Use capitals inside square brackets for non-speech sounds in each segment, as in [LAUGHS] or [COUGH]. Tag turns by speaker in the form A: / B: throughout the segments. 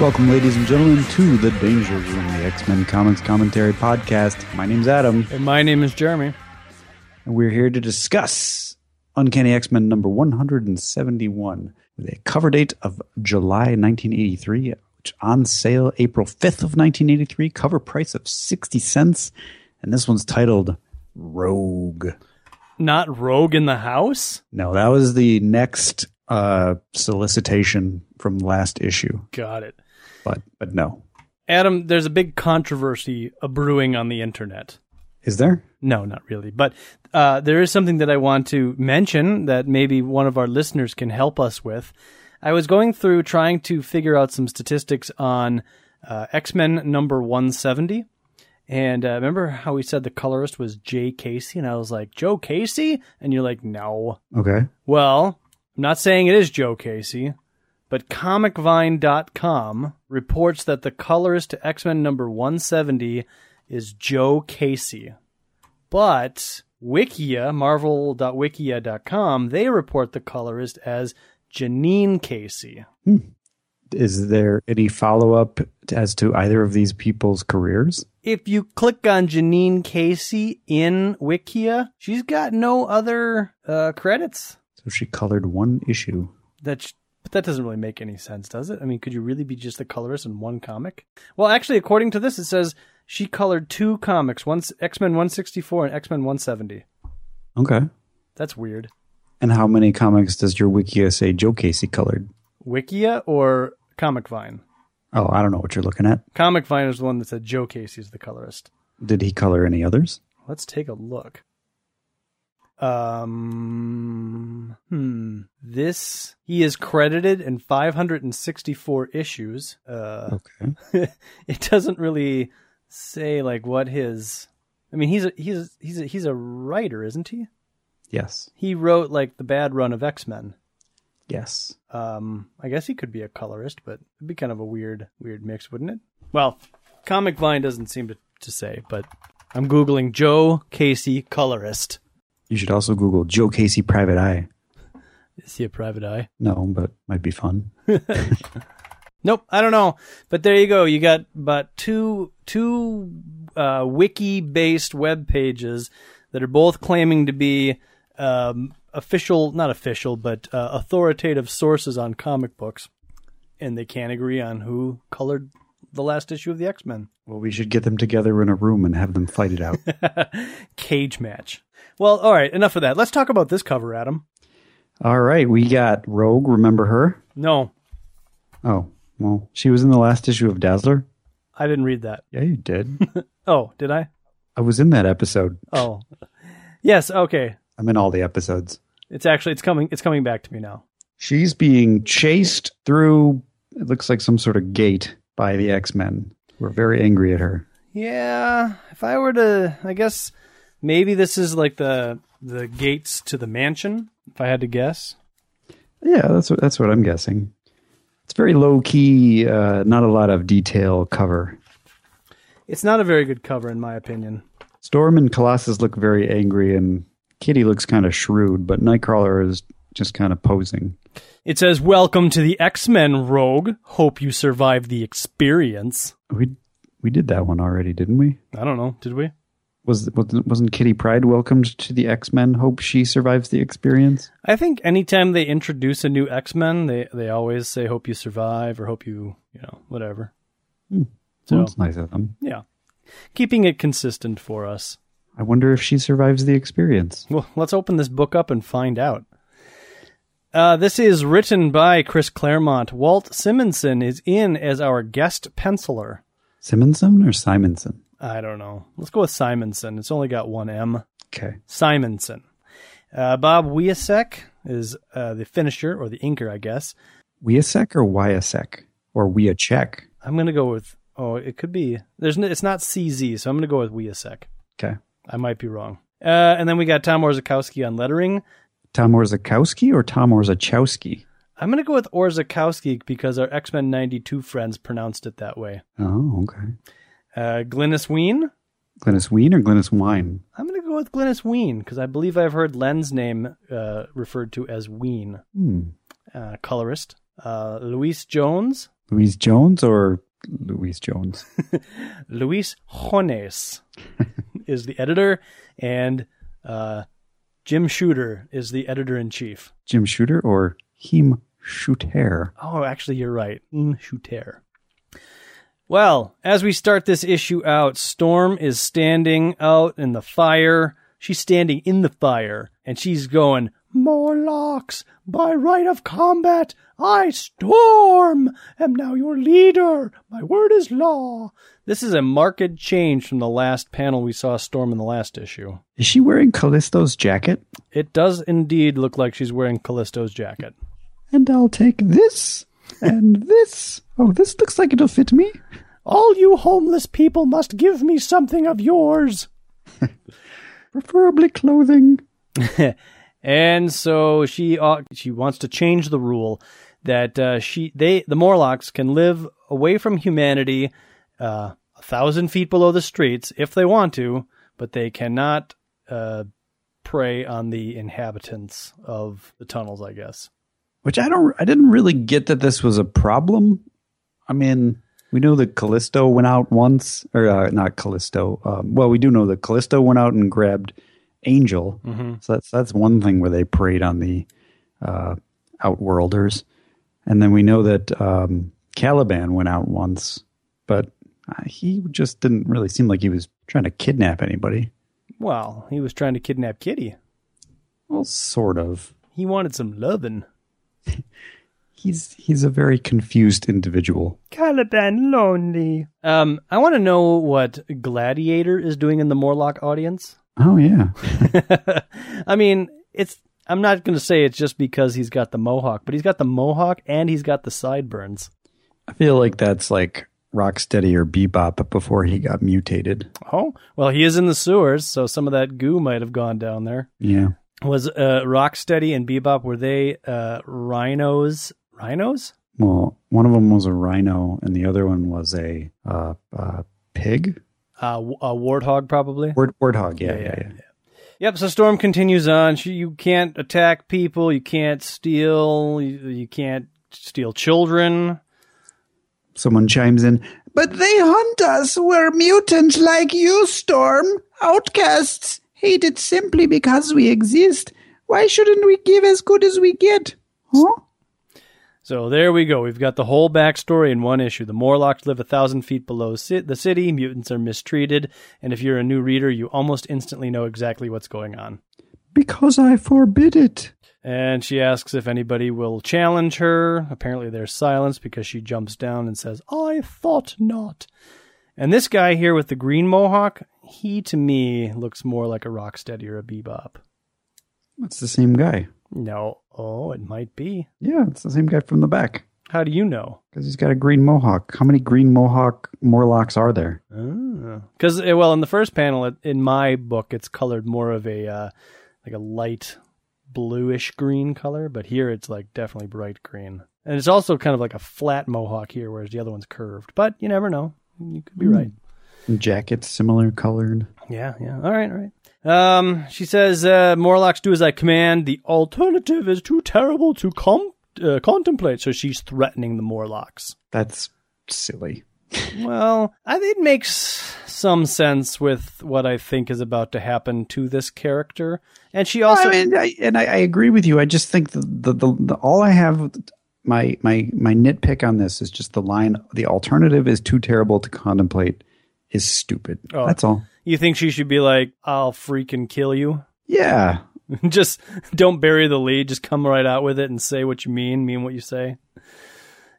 A: Welcome, ladies and gentlemen, to the Danger Room, the X Men Comics Commentary Podcast. My name's Adam,
B: And my name is Jeremy.
A: and we're here to discuss Uncanny X Men number 171 with a cover date of July 1983, which on sale April 5th of 1983, cover price of 60 cents. And this one's titled Rogue.
B: Not Rogue in the House?
A: No, that was the next uh, solicitation from last issue,
B: Got it.
A: but but no.
B: Adam, there's a big controversy a brewing on the internet.
A: Is there?
B: No, not really. But uh, there is something that I want to mention that maybe one of our listeners can help us with. I was going through trying to figure out some statistics on uh, X Men number 170. And uh, remember how we said the colorist was Jay Casey? And I was like, Joe Casey? And you're like, no.
A: Okay.
B: Well, I'm not saying it is Joe Casey, but ComicVine.com reports that the colorist to X Men number 170 is Joe Casey. But Wikia, marvel.wikia.com, they report the colorist as Janine Casey.
A: Is there any follow up as to either of these people's careers?
B: If you click on Janine Casey in Wikia, she's got no other uh, credits.
A: So she colored one issue.
B: that sh- but that doesn't really make any sense, does it? I mean, could you really be just the colorist in one comic? Well, actually, according to this, it says she colored two comics: one X Men one sixty four and X Men one seventy.
A: Okay.
B: That's weird.
A: And how many comics does your Wikia say Joe Casey colored?
B: Wikia or Comic Vine?
A: Oh, I don't know what you're looking at.
B: Comic Vine is the one that said Joe Casey's the colorist.
A: Did he color any others?
B: Let's take a look. Um, hmm. This he is credited in 564 issues. Uh,
A: Okay.
B: [LAUGHS] it doesn't really say like what his I mean he's a, he's a, he's a, he's a writer, isn't he?
A: Yes.
B: He wrote like the bad run of X-Men.
A: Yes.
B: Um I guess he could be a colorist, but it'd be kind of a weird weird mix, wouldn't it? Well, Comic Vine doesn't seem to, to say, but I'm googling Joe Casey colorist.
A: You should also Google Joe Casey Private Eye.
B: Is he a private eye?
A: No, but might be fun.
B: Nope, I don't know. But there you go. You got about two two uh, wiki based web pages that are both claiming to be um, official, not official, but uh, authoritative sources on comic books, and they can't agree on who colored the last issue of the X Men.
A: Well, we should get them together in a room and have them fight it out.
B: Cage match. Well, all right, enough of that. Let's talk about this cover, Adam.
A: [LAUGHS] All right. We got Rogue. Remember her?
B: No,
A: Oh, well, she was in the last issue of Dazzler.
B: I didn't read that.
A: Yeah, you did.
B: Oh, did I?
A: [LAUGHS] I was in that episode.
B: Oh, yes. Okay,
A: I'm in all the episodes.
B: it's actually it's coming it's coming back to me now.
A: She's being chased through, it looks like some sort of gate by the X Men. We're very angry at her.
B: Yeah, if I were to, I guess maybe this is like the the gates to the mansion. If I had to guess,
A: Yeah, that's what, that's what I'm guessing. It's very low key, uh, not a lot of detail cover.
B: it's not a very good cover, in my opinion.
A: Storm and Colossus look very angry, and Kitty looks kind of shrewd, but Nightcrawler is just kind of posing.
B: It says, "Welcome to the X Men, Rogue. Hope you survive the experience."
A: We we did that one already, didn't we?
B: I don't know. Did we?
A: Was wasn't wasn't Kitty Pride welcomed to the X Men? Hope she survives the experience.
B: I think anytime they introduce a new X Men, they they always say, "Hope you survive" or "Hope you you know whatever."
A: So,
B: So-
A: that's nice of them.
B: Yeah, keeping it consistent for us.
A: I wonder if she survives the experience.
B: Well, let's open this book up and find out. Uh, this is written by Chris Claremont. Walt Simonson is in as our guest penciler.
A: Simonson or Simonson?
B: I don't know. Let's go with Simonson. It's only got one M.
A: Okay.
B: Simonson. Uh, Bob Wiesek is uh, the finisher or the inker, I guess.
A: Wiasek or Wiasek? Or Wiacek?
B: I'm gonna go with. Oh, it could be. There's. No, it's not CZ, so I'm gonna go with Wiesek.
A: Okay.
B: I might be wrong. Uh, and then we got Tom Orzakowski on lettering.
A: Tom Orzakowski or Tom Orzachowski?
B: I'm going to go with Orzakowski because our X Men 92 friends pronounced it that way.
A: Oh, okay.
B: Uh, Glynis Ween?
A: Glennis Ween or Glennis Wine?
B: I'm going to go with Glynis Ween because I believe I've heard Len's name uh, referred to as Ween,
A: Hmm.
B: uh, colorist. uh, Luis Jones,
A: Louise Jones or Louise Jones? [LAUGHS]
B: Luis Jones is the editor, and uh, Jim Shooter is the editor in chief.
A: Jim Shooter or Heem Shooter?
B: Oh, actually, you're right. Mm, Shooter. Well, as we start this issue out, Storm is standing out in the fire. She's standing in the fire, and she's going, Morlocks, by right of combat, I, Storm, am now your leader. My word is law. This is a marked change from the last panel we saw Storm in the last issue.
A: Is she wearing Callisto's jacket?
B: It does indeed look like she's wearing Callisto's jacket.
A: And I'll take this and this. Oh, this looks like it'll fit me.
B: All you homeless people must give me something of yours.
A: Preferably clothing.
B: and so she uh, she wants to change the rule that uh, she they the Morlocks can live away from humanity uh, a thousand feet below the streets if they want to, but they cannot uh, prey on the inhabitants of the tunnels. I guess.
A: Which I don't I didn't really get that this was a problem. I mean, we know that Callisto went out once or uh, not Callisto. Um, well, we do know that Callisto went out and grabbed Angel.
B: Mhm.
A: So that's that's one thing where they preyed on the uh, outworlders. And then we know that um, Caliban went out once, but uh, he just didn't really seem like he was trying to kidnap anybody.
B: Well, he was trying to kidnap Kitty.
A: Well, sort of.
B: He wanted some lovin'.
A: He's he's a very confused individual.
B: Caliban lonely. Um, I want to know what Gladiator is doing in the Morlock audience. [LAUGHS]
A: Oh yeah.
B: I mean, it's. I'm not going to say it's just because he's got the mohawk, but he's got the mohawk and he's got the sideburns.
A: I feel like that's like Rocksteady or Bebop before he got mutated.
B: Oh, well, he is in the sewers, so some of that goo might have gone down there.
A: Yeah.
B: Was uh, Rocksteady and Bebop were they uh, rhinos? Rhinos?
A: Well, one of them was a rhino, and the other one was a uh, uh, pig.
B: Uh, w- a warthog, probably.
A: Wart, warthog. Yeah, yeah, yeah.
B: Yep. So Storm continues on. She, you can't attack people. You can't steal. You, you can't steal children.
A: Someone chimes in. But they hunt us. We're mutants like you, Storm. Outcasts, hated simply because we exist. Why shouldn't we give as good as we get? Huh?
B: So there we go. We've got the whole backstory in one issue. The Morlocks live a thousand feet below ci- the city. Mutants are mistreated, and if you're a new reader, you almost instantly know exactly what's going on.
A: Because I forbid it.
B: And she asks if anybody will challenge her. Apparently, there's silence because she jumps down and says, I thought not. And this guy here with the green mohawk, he to me looks more like a Rocksteady or a Bebop.
A: That's the same guy.
B: No. Oh, it might be.
A: Yeah, it's the same guy from the back.
B: How do you know?
A: Because he's got a green mohawk. How many green mohawk Morlocks are there?
B: Because eh, well, in the first panel, it, in my book, it's colored more of a uh, like a light bluish green color, but here it's like definitely bright green, and it's also kind of like a flat mohawk here, whereas the other one's curved. But you never know; you could be right.
A: Jackets similar colored.
B: Yeah, yeah. All right, all right. Um, she says, uh, Morlocks do as I command. The alternative is too terrible to com- uh, contemplate. So she's threatening the Morlocks.
A: That's silly.
B: Well, I, it makes some sense with what I think is about to happen to this character, and she also.
A: I mean, I, and I, I agree with you. I just think the the, the, the all I have my my my nitpick on this is just the line. The alternative is too terrible to contemplate. Is stupid.
B: Oh.
A: That's all.
B: you think she should be like, "I'll freaking kill you." [LAUGHS]
A: Yeah,
B: just don't bury the lead. Just come right out with it and say what you mean. Mean what you say.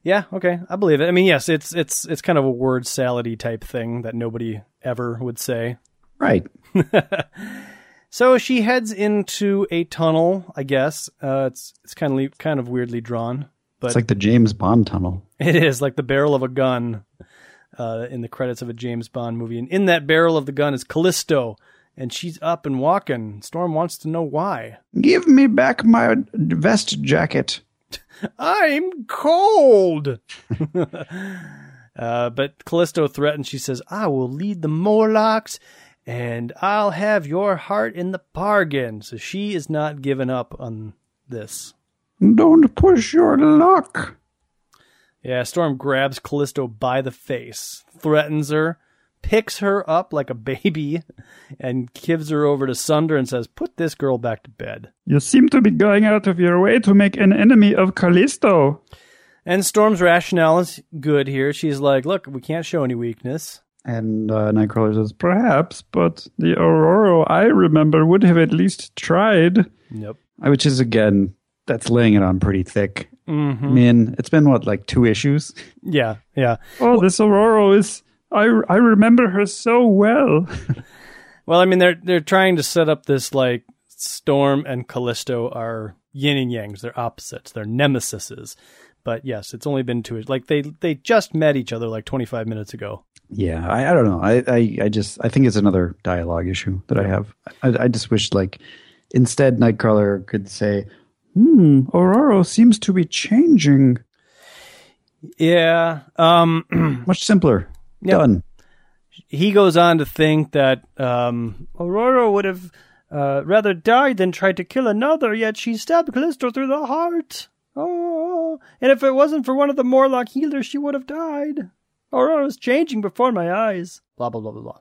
B: Yeah. Okay. I believe it. I mean, yes, it's it's it's kind of a word salady type thing that nobody ever would say.
A: right.
B: So she heads into a tunnel. I guess uh, it's it's kind of kind of weirdly drawn, but
A: It's like the James Bond tunnel.
B: It is like the barrel of a gun uh, in the credits of a James Bond movie. And in that barrel of the gun is Callisto, and she's up and walking. Storm wants to know why.
A: Give me back my vest jacket.
B: I'm cold. [LAUGHS] uh, but Callisto threatens. She says, I will lead the Morlocks. And I'll have your heart in the bargain. So she is not giving up on this.
A: Don't push your luck.
B: Yeah, Storm grabs Callisto by the face, threatens her, picks her up like a baby, and gives her over to Sunder and says, Put this girl back to bed.
C: You seem to be going out of your way to make an enemy of Callisto.
B: And Storm's rationale is good here. She's like, Look, we can't show any weakness.
C: And uh, Nightcrawler says, Perhaps, but the Aurora I remember would have at least tried.
B: Nope.
A: Which is, again, that's laying it on pretty thick.
B: Mm-hmm.
C: Hmm.
A: I mean, it's been, what, like two issues?
B: Yeah, yeah.
C: Oh, this Aurora is. I, I remember her so well.
B: Well, I mean, they're they're trying to set up this like Storm and Callisto are yin and yangs. They're opposites. They're nemesises. But yes, it's only been two. Like they they just met each other like 25 minutes ago.
A: Yeah, I, I don't know. I, I, I just I think it's another dialogue issue that I have. I, I just wish like instead Nightcrawler could say,
C: Hmm, Aurora seems to be changing.
B: Yeah. Um. [CLEARS THROAT]
A: much simpler.
B: Yeah.
A: Done.
B: he goes on to think that um, Aurora would have uh, rather died than tried to kill another, yet she stabbed Callisto through the heart. Oh, and if it wasn't for one of the Morlock healers, she would have died. Aurora's changing before my eyes. Blah, blah, blah, blah, blah.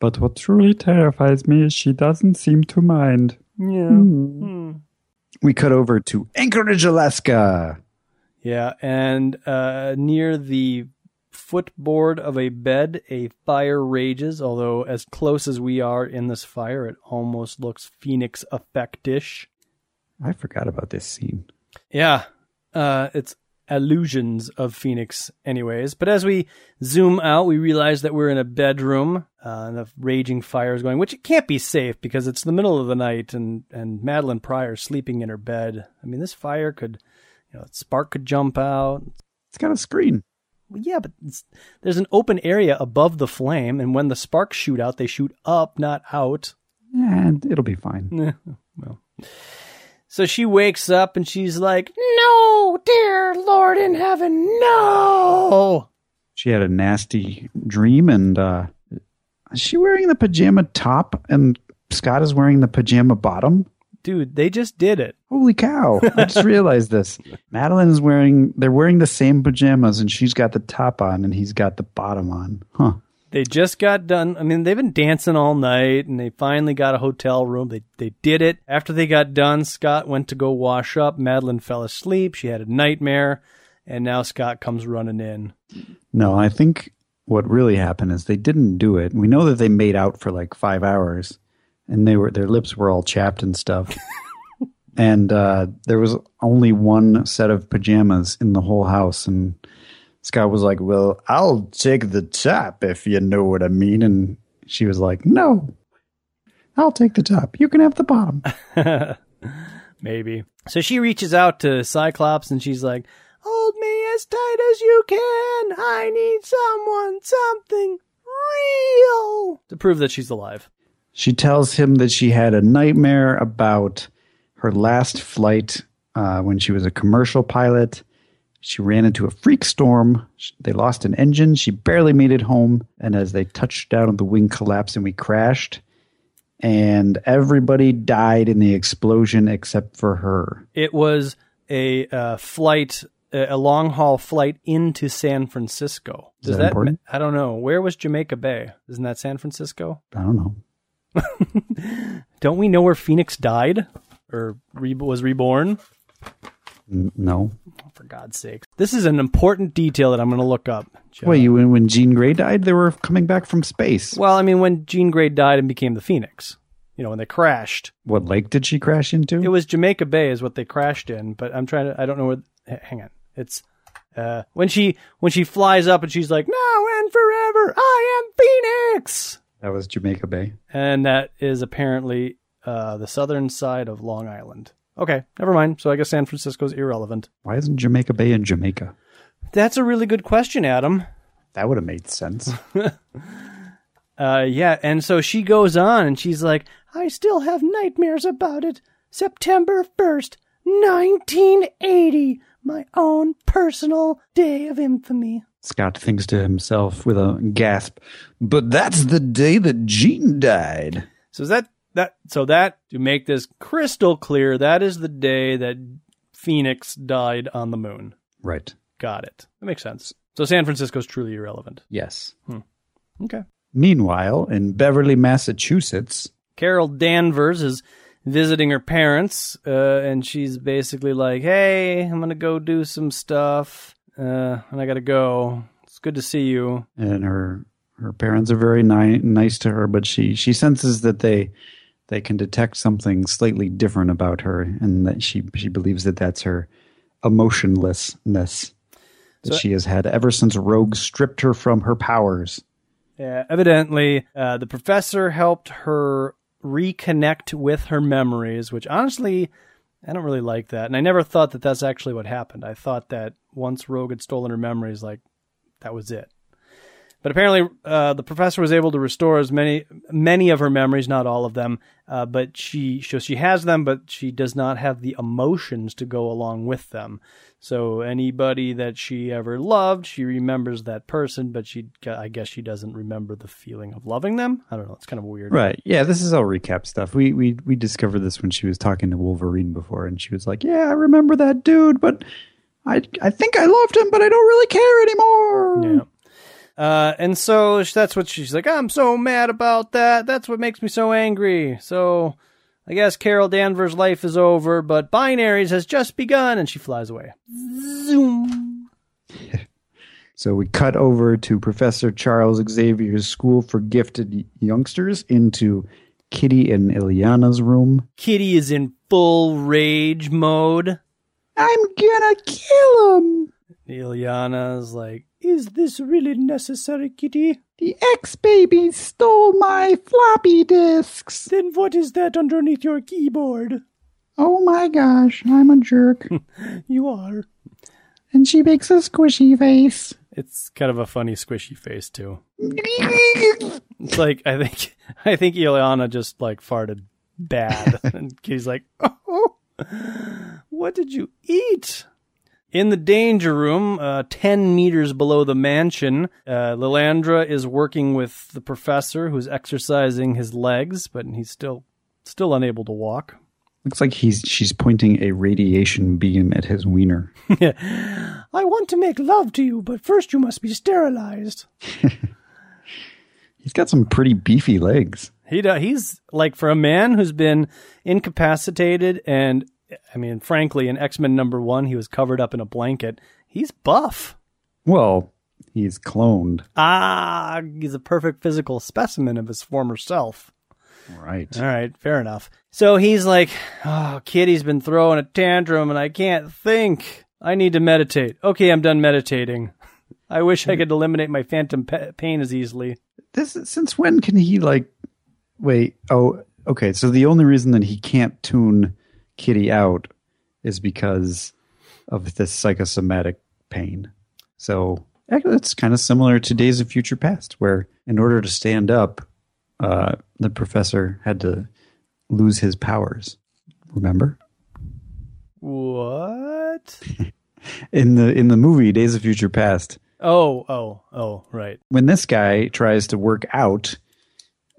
C: But what truly terrifies me is she doesn't seem to mind.
B: Yeah.
A: Hmm.
B: Hmm.
A: We cut over to Anchorage, Alaska.
B: Yeah, and uh, near the footboard of a bed, a fire rages, although as close as we are in this fire, it almost looks Phoenix effectish.
A: I forgot about this scene.
B: Yeah. Uh, it's illusions of Phoenix, anyways. But as we zoom out, we realize that we're in a bedroom uh, and the raging fire is going, which it can't be safe because it's the middle of the night and, and Madeline Pryor's sleeping in her bed. I mean, this fire could, you know, spark could jump out.
A: It's got a screen.
B: Well, yeah, but it's, there's an open area above the flame, and when the sparks shoot out, they shoot up, not out.
A: And it'll be fine.
B: Eh, [LAUGHS] well. So she wakes up and she's like, No, dear Lord in heaven, no.
A: She had a nasty dream and uh is she wearing the pajama top and Scott is wearing the pajama bottom?
B: Dude, they just did it.
A: Holy cow. I just realized this. Madeline is wearing they're wearing the same pajamas and she's got the top on and he's got the bottom on. Huh.
B: They just got done. I mean, they've been dancing all night and they finally got a hotel room. They they did it. After they got done, Scott went to go wash up. Madeline fell asleep. She had a nightmare. And now Scott comes running in.
A: No, I think what really happened is they didn't do it. We know that they made out for like five hours, and they were their lips were all chapped and stuff. and uh, there was only one set of pajamas in the whole house, and Scott was like, "Well, I'll take the top if you know what I mean," and she was like, "No." I'll take the top. You can have the bottom.
B: [LAUGHS] Maybe. So she reaches out to Cyclops and she's like, Hold me as tight as you can. I need someone, something real to prove that she's alive.
A: She tells him that she had a nightmare about her last flight uh, when she was a commercial pilot. She ran into a freak storm. Sh- They lost an engine. She barely made it home. And as they touched down, the wing collapsed and we crashed. And everybody died in the explosion except for her.
B: It was a uh, flight, a a long haul flight into San Francisco.
A: Is that important?
B: I don't know. Where was Jamaica Bay? Isn't that San Francisco?
A: I don't know.
B: Don't we know where Phoenix died or re- was reborn?
A: N- No.
B: For God's sake. This is an important detail that I'm going to look up. Jeff.
A: Wait, you, when when Jean Grey died, they were coming back from space.
B: Well, I mean, when Jean Grey died and became the Phoenix, you know, when they crashed,
A: What lake did she crash into?
B: it was Jamaica Bay is what they crashed in. But I'm trying to, I don't know where. h- Hang on, it's uh, when she when she flies up and she's like, "Now and forever, I am Phoenix,"
A: that was Jamaica Bay.
B: and that is apparently uh, the southern side of Long Island. Okay, never mind. So I guess San Francisco's irrelevant.
A: Why isn't Jamaica Bay in Jamaica?
B: That's a really good question, Adam.
A: That would have made sense.
B: Uh, yeah, and so she goes on and she's like, I still have nightmares about it. September 1st, 1980, my own personal day of infamy.
A: [LAUGHS] Scott thinks to himself with a gasp, but that's the day that Jean died.
B: So is that that so that to make this crystal clear, that is the day that Phoenix died on the moon.
A: Right.
B: Got it. That makes sense. So San Francisco's truly irrelevant.
A: Yes.
B: Okay.
A: Meanwhile, in Beverly, Massachusetts,
B: Carol Danvers is visiting her parents, uh, and she's basically like, "Hey, I'm gonna go do some stuff, uh, and I gotta go. It's good to see you."
A: and her her parents are very ni- nice to her, but she she senses that they they can detect something slightly different about her, and that she she believes that that's her emotionlessness that
B: So-
A: she has had ever since Rogue stripped her from her powers.
B: Yeah, evidently, uh, the professor helped her reconnect with her memories, which honestly, I don't really like that. And I never thought that that's actually what happened. I thought that once Rogue had stolen her memories, like, that was it. But apparently, uh, the professor was able to restore as many many of her memories, not all of them. Uh, but she so she has them, but she does not have the emotions to go along with them. So anybody that she ever loved, she remembers that person, but she I guess she doesn't remember the feeling of loving them. I don't know. It's kind of weird.
A: Right. Yeah, this is all recap stuff. We we we discovered this when she was talking to Wolverine before and she was like, "Yeah, I remember that dude, but I I think I loved him, but I don't really care anymore."
B: Yeah. Uh, and so sh- that's what she's like. I'm so mad about that. That's what makes me so angry. So I guess Carol Danvers' life is over, but Binaries has just begun, and she flies away. Zoom.
A: So we cut over to Professor Charles Xavier's School for Gifted Youngsters into Kitty and Ileana's room.
B: Kitty is in full rage mode.
A: I'm gonna kill him!
B: Ileana's like, "Is this really necessary, Kitty?
A: The ex babies stole my floppy disks!
B: Then what is that underneath your keyboard?
A: Oh my gosh, I'm a jerk.
B: You are."
A: and she makes a squishy face.
B: It's kind of a funny squishy face too. It's like I think [LAUGHS] I think Ileana just like farted bad, and Kitty's like, "Oh, what did you eat?" In the danger room, uh, ten meters below the mansion, uh, Lilandra is working with the professor, who's exercising his legs, but he's still still unable to walk.
A: Looks like he's she's pointing a radiation beam at his wiener.
B: I want to make love to you, but first you must be sterilized.
A: He's got some pretty beefy legs.
B: He do, he's like for a man who's been incapacitated and I mean frankly in X-Men number 1 he was covered up in a blanket. He's buff.
A: Well, he's cloned.
B: Ah, he's a perfect physical specimen of his former self.
A: Right.
B: All right, fair enough. So he's like, "Oh, Kitty's been throwing a tantrum and I can't think. I need to meditate. Okay, I'm done meditating. [LAUGHS] I wish I could eliminate my phantom pa- pain as easily."
A: this is- since when can he like wait oh okay so the only reason that he can't tune kitty out is because of this psychosomatic pain so actually it's kind of similar to days of future past where in order to stand up uh, the professor had to lose his powers remember
B: What?
A: in the in the movie days of future past
B: Oh, oh, oh, right.
A: when this guy tries to work out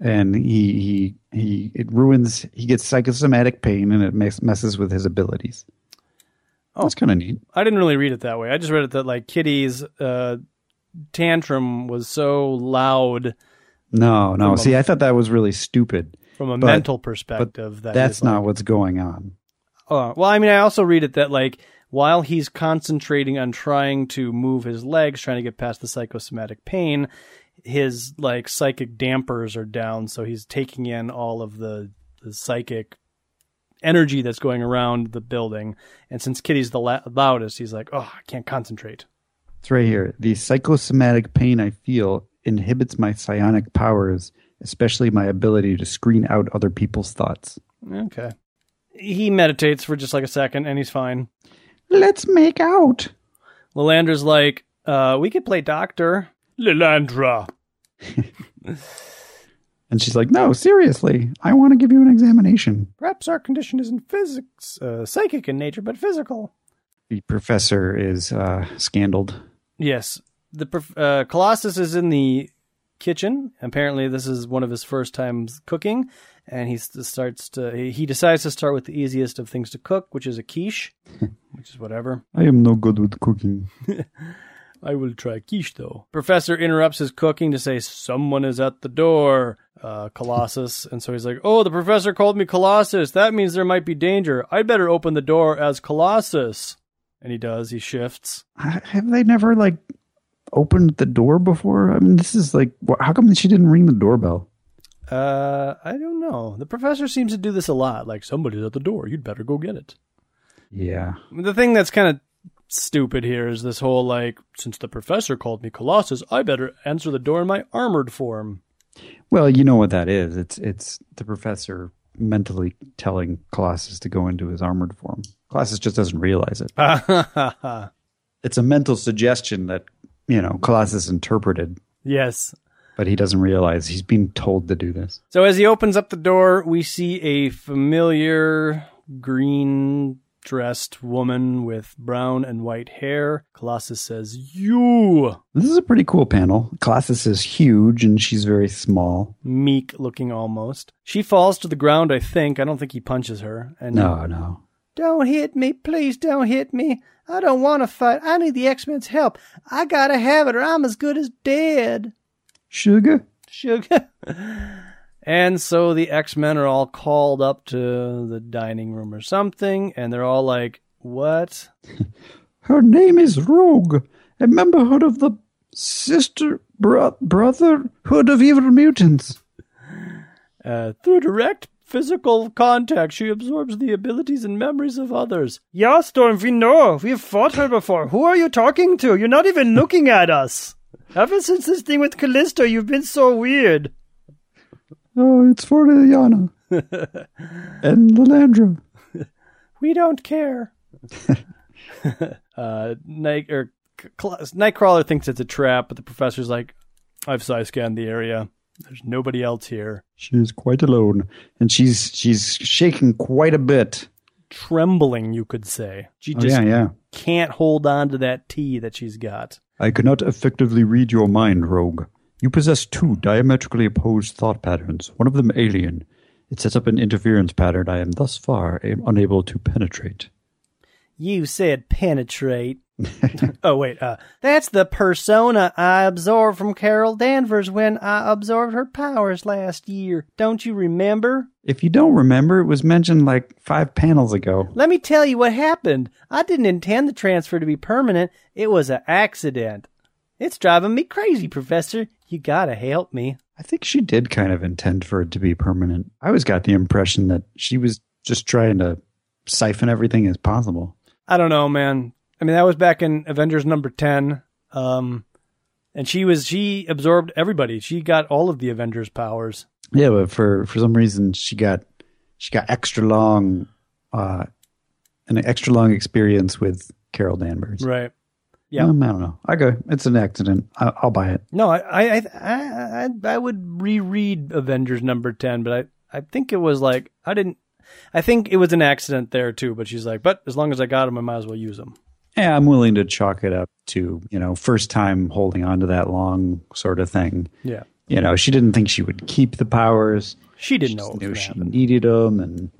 A: and he he he it ruins he gets psychosomatic pain and it mess, messes with his abilities oh that's kind of neat
B: I didn't really read it that way. I just read it that like Kitty's uh, tantrum was so loud
A: no no
B: From a-
A: see i thought that was really stupid
B: from a
A: But-
B: mental perspective that
A: that's
B: he's like-
A: not what's going on
B: Oh, well, I mean, I also read it that like while he's concentrating on trying to move his legs, trying to get past the psychosomatic pain, his like psychic dampers are down, so he's taking in all of the, the psychic energy that's going around the building. And since Kitty's the la- loudest, he's like, "Oh, I can't concentrate."
A: it's right here the psychosomatic pain i feel inhibits my psionic powers especially my ability to screen out other people's thoughts
B: Okay. He meditates for just like a second and he's fine.
A: let's make out
B: Lilandra's like, uh, we could play doctor. Lilandra.
A: and she's like no seriously i want to give you an examination
B: Perhaps our condition isn't physics, uh, psychic in nature, but physical.
A: the professor is uh, scandaled
B: Yes. The prof- uh, Colossus is in the kitchen. Apparently, this is one of his first times cooking, and he s- starts to he decides to start with the easiest of things to cook, which is a [LAUGHS] quiche, which is whatever.
C: I am no good with cooking.
B: I will try quiche, though. Professor interrupts his cooking to say, Someone is at the door, uh, Colossus. And so he's like, Oh, the professor called me Colossus. That means there might be danger. I'd better open the door as Colossus. And he does. He shifts.
A: Ha- Have they never like opened the door before? I mean, this is like, wh- how come she didn't ring the doorbell?
B: Uh, I don't know. The professor seems to do this a lot. Like, somebody's at the door. You'd better go get it.
A: Yeah,
B: The thing that's kind of stupid here is this whole, like, since the professor called me Colossus, I better answer the door in my armored form. [LAUGHS]
A: Well, you know what that is. It's it's the professor mentally telling Colossus to go into his armored form. Colossus just doesn't realize it.
B: Ha ha ha ha.
A: It's a mental suggestion that you know Colossus interpreted,
B: Yes.
A: but he doesn't realize he's being told to do this.
B: So as he opens up the door, we see a familiar green dressed woman with brown and white hair. Colossus says, You!
A: This is a pretty cool panel. Colossus is huge and she's very small.
B: Meek looking almost. She falls to the ground, I think. I don't think he punches her. And
A: No, no.
B: Don't hit me. Please don't hit me. I don't want to fight. I need the X Men's help. I gotta have it or I'm as good as dead.
A: Sugar?
B: sugar. And so the X Men are all called up to the dining room or something, and they're all like, "What?
A: Her name is Rogue, a memberhood of the sister bro- brotherhood of evil mutants.
B: Uh, through direct physical contact, she absorbs the abilities and memories of others." Yeah, Storm, we know. We've fought her before. Who are you talking to? You're not even looking at us. Ever since this thing with Callisto, you've been so weird.
A: Oh, it's for
B: [LAUGHS]
A: Ileana and Lalandra.
B: We don't care. [LAUGHS] uh, Night or C- Cl- Nightcrawler thinks it's a trap, but the professor's like, "I've psi scanned the area. There's nobody else here."
A: She is quite alone, and she's she's shaking quite a bit.
B: Trembling, you could say. She
A: Oh,
B: just
A: yeah, yeah.
B: can't hold on to that T that she's got.
A: I cannot effectively read your mind, Rogue. You possess two diametrically opposed thought patterns, one of them alien. It sets up an interference pattern I am thus far a- unable to penetrate.
B: You said penetrate. oh wait, uh, that's the persona I absorbed from Carol Danvers when I absorbed her powers last year. Don't you remember?
A: If you don't remember, it was mentioned like five panels ago.
B: Let me tell you what happened. I didn't intend the transfer to be permanent. It was an accident. It's driving me crazy, Professor. You gotta help me.
A: I think she did kind of intend for it to be permanent. I always got the impression that she was just trying to siphon everything as possible.
B: I don't know, man. I mean, that was back in Avengers number 10. Um, and she was, she absorbed everybody. She got all of the Avengers powers.
A: Yeah, but for for some reason she got she got extra long uh an extra long experience with Carol Danvers.
B: Right. Yeah.
A: Um, I don't know. I go. It's an accident. I, I'll buy it.
B: No, I, I, I- I, I, I would reread Avengers number 10, but I, I think it was like, I didn't, I think it was an accident there too, but she's like, but as long as I got them, I might as well use them.
A: Yeah, I'm willing to chalk it up to you know first time holding on to that long sort of thing.
B: Yeah.
A: You know, she didn't think she would keep the powers.
B: She didn't
A: She
B: know.
A: just
B: it
A: knew
B: was
A: she
B: gonna happen.
A: needed them, and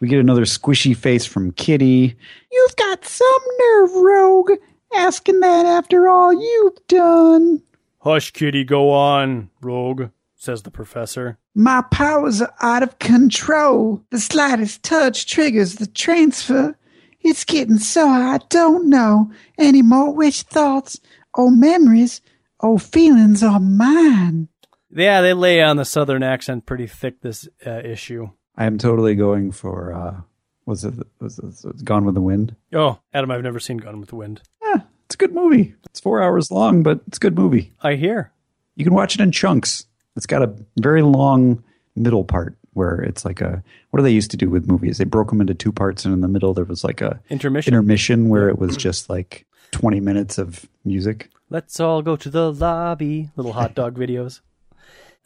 A: we get another squishy face from Kitty. You've got some nerve, Rogue, asking that after all you've done.
B: Hush, kitty, go on, rogue, says the professor.
A: My powers are out of control. The slightest touch triggers the transfer. It's getting so I don't know anymore which thoughts or memories or feelings are mine.
B: Yeah, they lay on the southern accent pretty thick this uh, issue.
A: I am totally going for uh was it was it Gone with the Wind?
B: Oh, Adam, I've never seen Gone with the Wind.
A: Yeah, it's a good movie. It's four hours long, but it's a good movie.
B: I hear.
A: You can watch it in chunks. It's got a very long middle part where it's like a what do they used to do with movies? They broke them into two parts, and in the middle there was like a
B: Intermission.
A: intermission where it was just like 20 minutes of music.
B: Let's all go to the lobby. Little
A: [LAUGHS]
B: hot dog videos.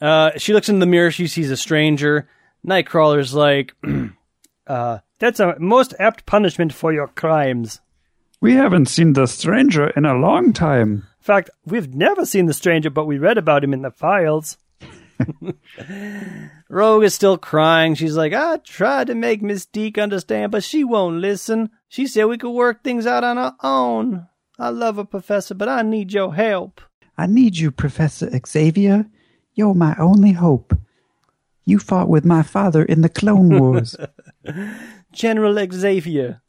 B: Uh, she looks in the mirror. She sees a stranger. Nightcrawler's like, [CLEARS THROAT] uh, That's a most apt punishment for your crimes.
C: We haven't seen the stranger in a long time.
B: fact, we've never seen the stranger, but we read about him in the files. [LAUGHS] Rogue is still crying. She's like, I tried to make Mystique understand, but she won't listen. She said we could work things out on our own. I love her, Professor, but I need your help.
A: I need you, Professor Xavier. You're my only hope. You fought with my father in the Clone Wars.
B: General [LAUGHS] Xavier.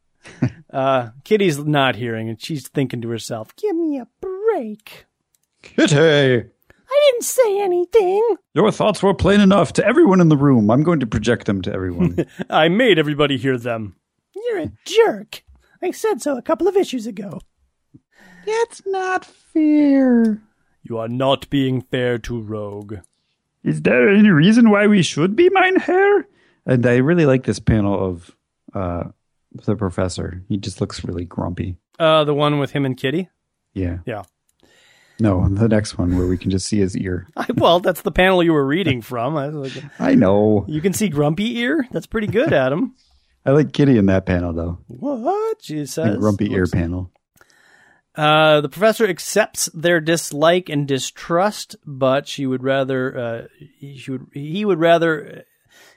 B: uh, Kitty's not hearing, and she's thinking to herself, Give me a break.
C: Kitty!
B: I didn't say anything.
A: Your thoughts were plain enough to everyone in the room. I'm going to project them to [LAUGHS] everyone.
B: I made everybody hear them. You're a jerk. I said so a couple of issues ago.
A: That's not fair.
B: You are not being fair to Rogue.
C: Is there any reason why we should be, mine hair?
A: And I really like this panel of uh, the professor. He just looks really grumpy.
B: Uh, the one with him and Kitty.
A: Yeah.
B: Yeah.
A: No, the next one where we can just see his ear.
B: [LAUGHS] I, well, that's the panel you were reading from. I was like,
A: I know.
B: you can see Grumpy Ear. That's pretty good, Adam.
A: I like Kitty in that panel though.
B: what she says.
A: The grumpy ear
B: Looks-
A: panel.
B: Uh, the professor accepts their dislike and distrust, but she would rather uh, she would he would rather uh,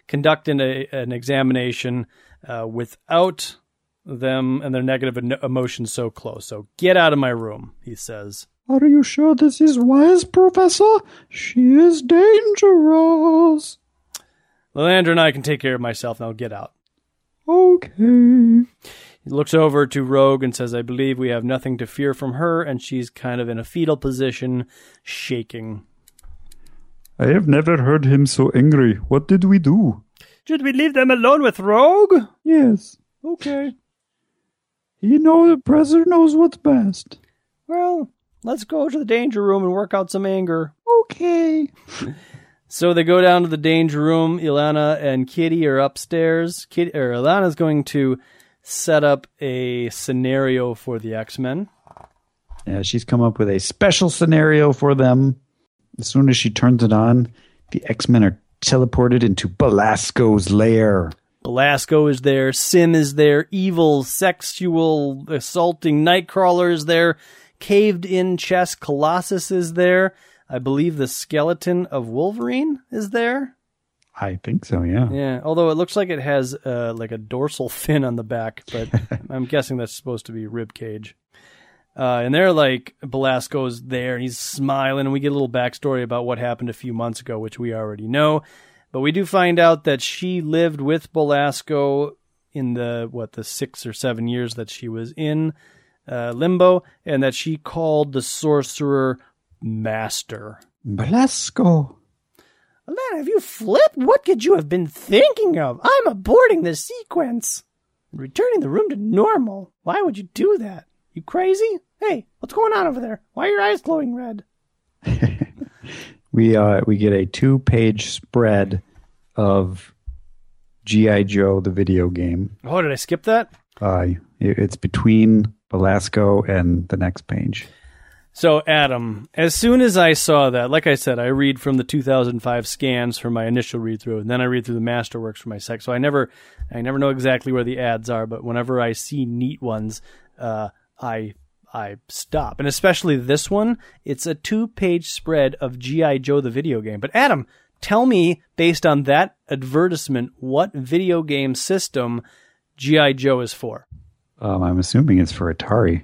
B: conduct an, a, an examination uh, without them and their negative eno- emotions so close. So get out of my room, he says.
A: Are you sure this is wise, Professor? She is dangerous.
B: Lelandra and I can take care of myself, and I'll get out.
A: Okay.
B: He looks over to Rogue and says, I believe we have nothing to fear from her, and she's kind of in a fetal position, shaking.
C: I have never heard him so angry. What did we do?
B: Should we leave them alone with Rogue?
C: Yes,
B: Okay.
C: he know the professor knows what's best.
B: Well, let's go to the danger room and work out some anger.
A: Okay.
B: So they go down to the danger room. Ilana and Kitty are upstairs. Kitty, or Ilana's going to set up a scenario for the X Men.
A: Yeah, she's come up with a special scenario for them. As soon as she turns it on, the X Men are teleported into Belasco's lair.
B: Belasco is there, Sim is there, evil, sexual, assaulting Nightcrawler is there, caved in chest Colossus is there. I believe the skeleton of Wolverine is there.
A: I think so, yeah.
B: Yeah, although it looks like it has uh, like a dorsal [LAUGHS] fin on the back, but I'm guessing that's supposed to be rib cage. Uh, and they're like Belasco's there, and he's smiling, and we get a little backstory about what happened a few months ago, which we already know. But we do find out that she lived with Belasco in the what the six or seven years that she was in uh, limbo, and that she called the sorcerer master.
A: Belasco.
B: Alana, have you flipped? What could you have been thinking of? I'm aborting this sequence. Returning the room to normal. Why would you do that? You crazy? Hey, what's going on over there? Why are your eyes glowing red?
A: We uh we get a two page spread of G.I. Joe the video game.
B: Oh, did I skip that?
A: Uh it- it's between Belasco and the next page.
B: So, Adam, as soon as I saw that, like I said, I read from the 2005 scans for my initial read through, and then I read through the masterworks for my sec. So I never, I never know exactly where the ads are, but whenever I see neat ones, uh, I, I stop. And especially this one, it's a two-page spread of GI Joe the video game. But Adam, tell me, based on that advertisement, what video game system GI Joe is for?
A: Um, I'm assuming it's for Atari.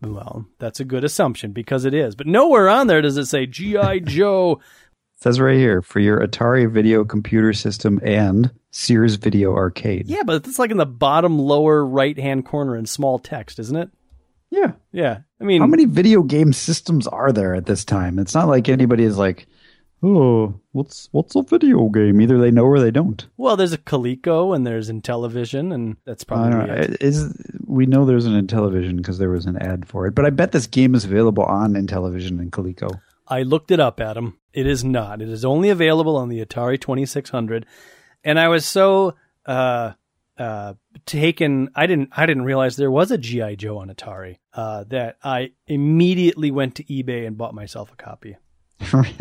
B: Well, that's a good assumption because it is. But nowhere on there does it say G.I. Joe.
A: It says right here for your Atari video computer system and Sears Video Arcade.
B: [LAUGHS] Yeah, but it's like in the bottom lower right hand corner in small text, isn't it?
A: Yeah.
B: Yeah. I mean,
A: How many video game systems are there at this time? It's not like anybody is like, oh, what's what's a video game? Either they know or they don't.
B: well, there's a Coleco and there's Intellivision, and that's
A: I
B: probably
A: don't know.
B: it.
A: Is we know there's an Intellivision because there was an ad for it, but I bet this game is available on Intellivision and Coleco. [LAUGHS]
B: I looked it up, Adam. It is not. It is only available on the Atari 2600. And I was so uh, uh, taken. I didn't. I didn't realize there was a GI Joe on Atari. Uh, that I immediately went to eBay and bought myself a copy.
A: Really?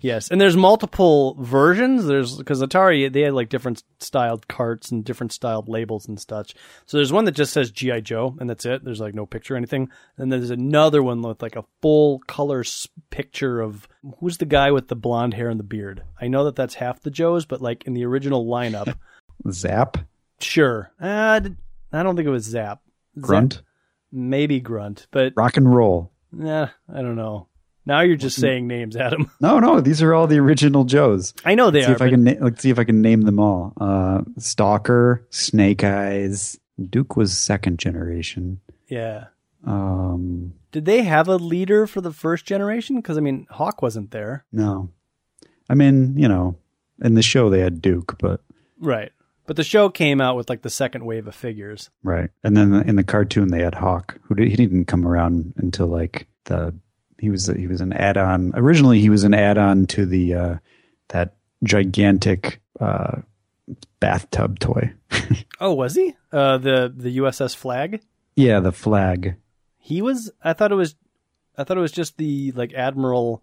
B: yes, and there's multiple versions. There's because Atari they had like different styled carts and different styled labels and such. So there's one that just says GI Joe and that's it. There's like no picture or anything. And there's another one with like a full color s- picture of who's the guy with the blonde hair and the beard. I know that that's half the Joes, but like in the
A: [LAUGHS]
B: original lineup,
A: Zap?
B: sure. Uh, d- I don't think it was Zap. Zap-
A: Grunt?
B: maybe Grunt, but
A: Rock and roll.
B: nah, I don't know. Now you're just saying names, Adam. [LAUGHS]
A: No, no, these are all the original Joes.
B: I know they
A: Let's see
B: are.
A: if I
B: but-
A: can na- let's see if I can name them all. Uh, Stalker, Snake Eyes. Duke was second generation.
B: Yeah.
A: Um,
B: Did they have a leader for the first generation? Because I mean, Hawk wasn't there,
A: no, I mean you know, in the show they had Duke, but
B: right? But the show came out with like the second wave of figures.
A: right. And then in the cartoon they had Hawk, who did, he didn't come around until like the he was he was an add on. Originally he was an add on to the uh, that gigantic uh, bathtub toy.
B: Oh, was he? Uh, the the USS Flag.
A: Yeah, the flag.
B: He was. I thought it was. I thought it was just the like Admiral.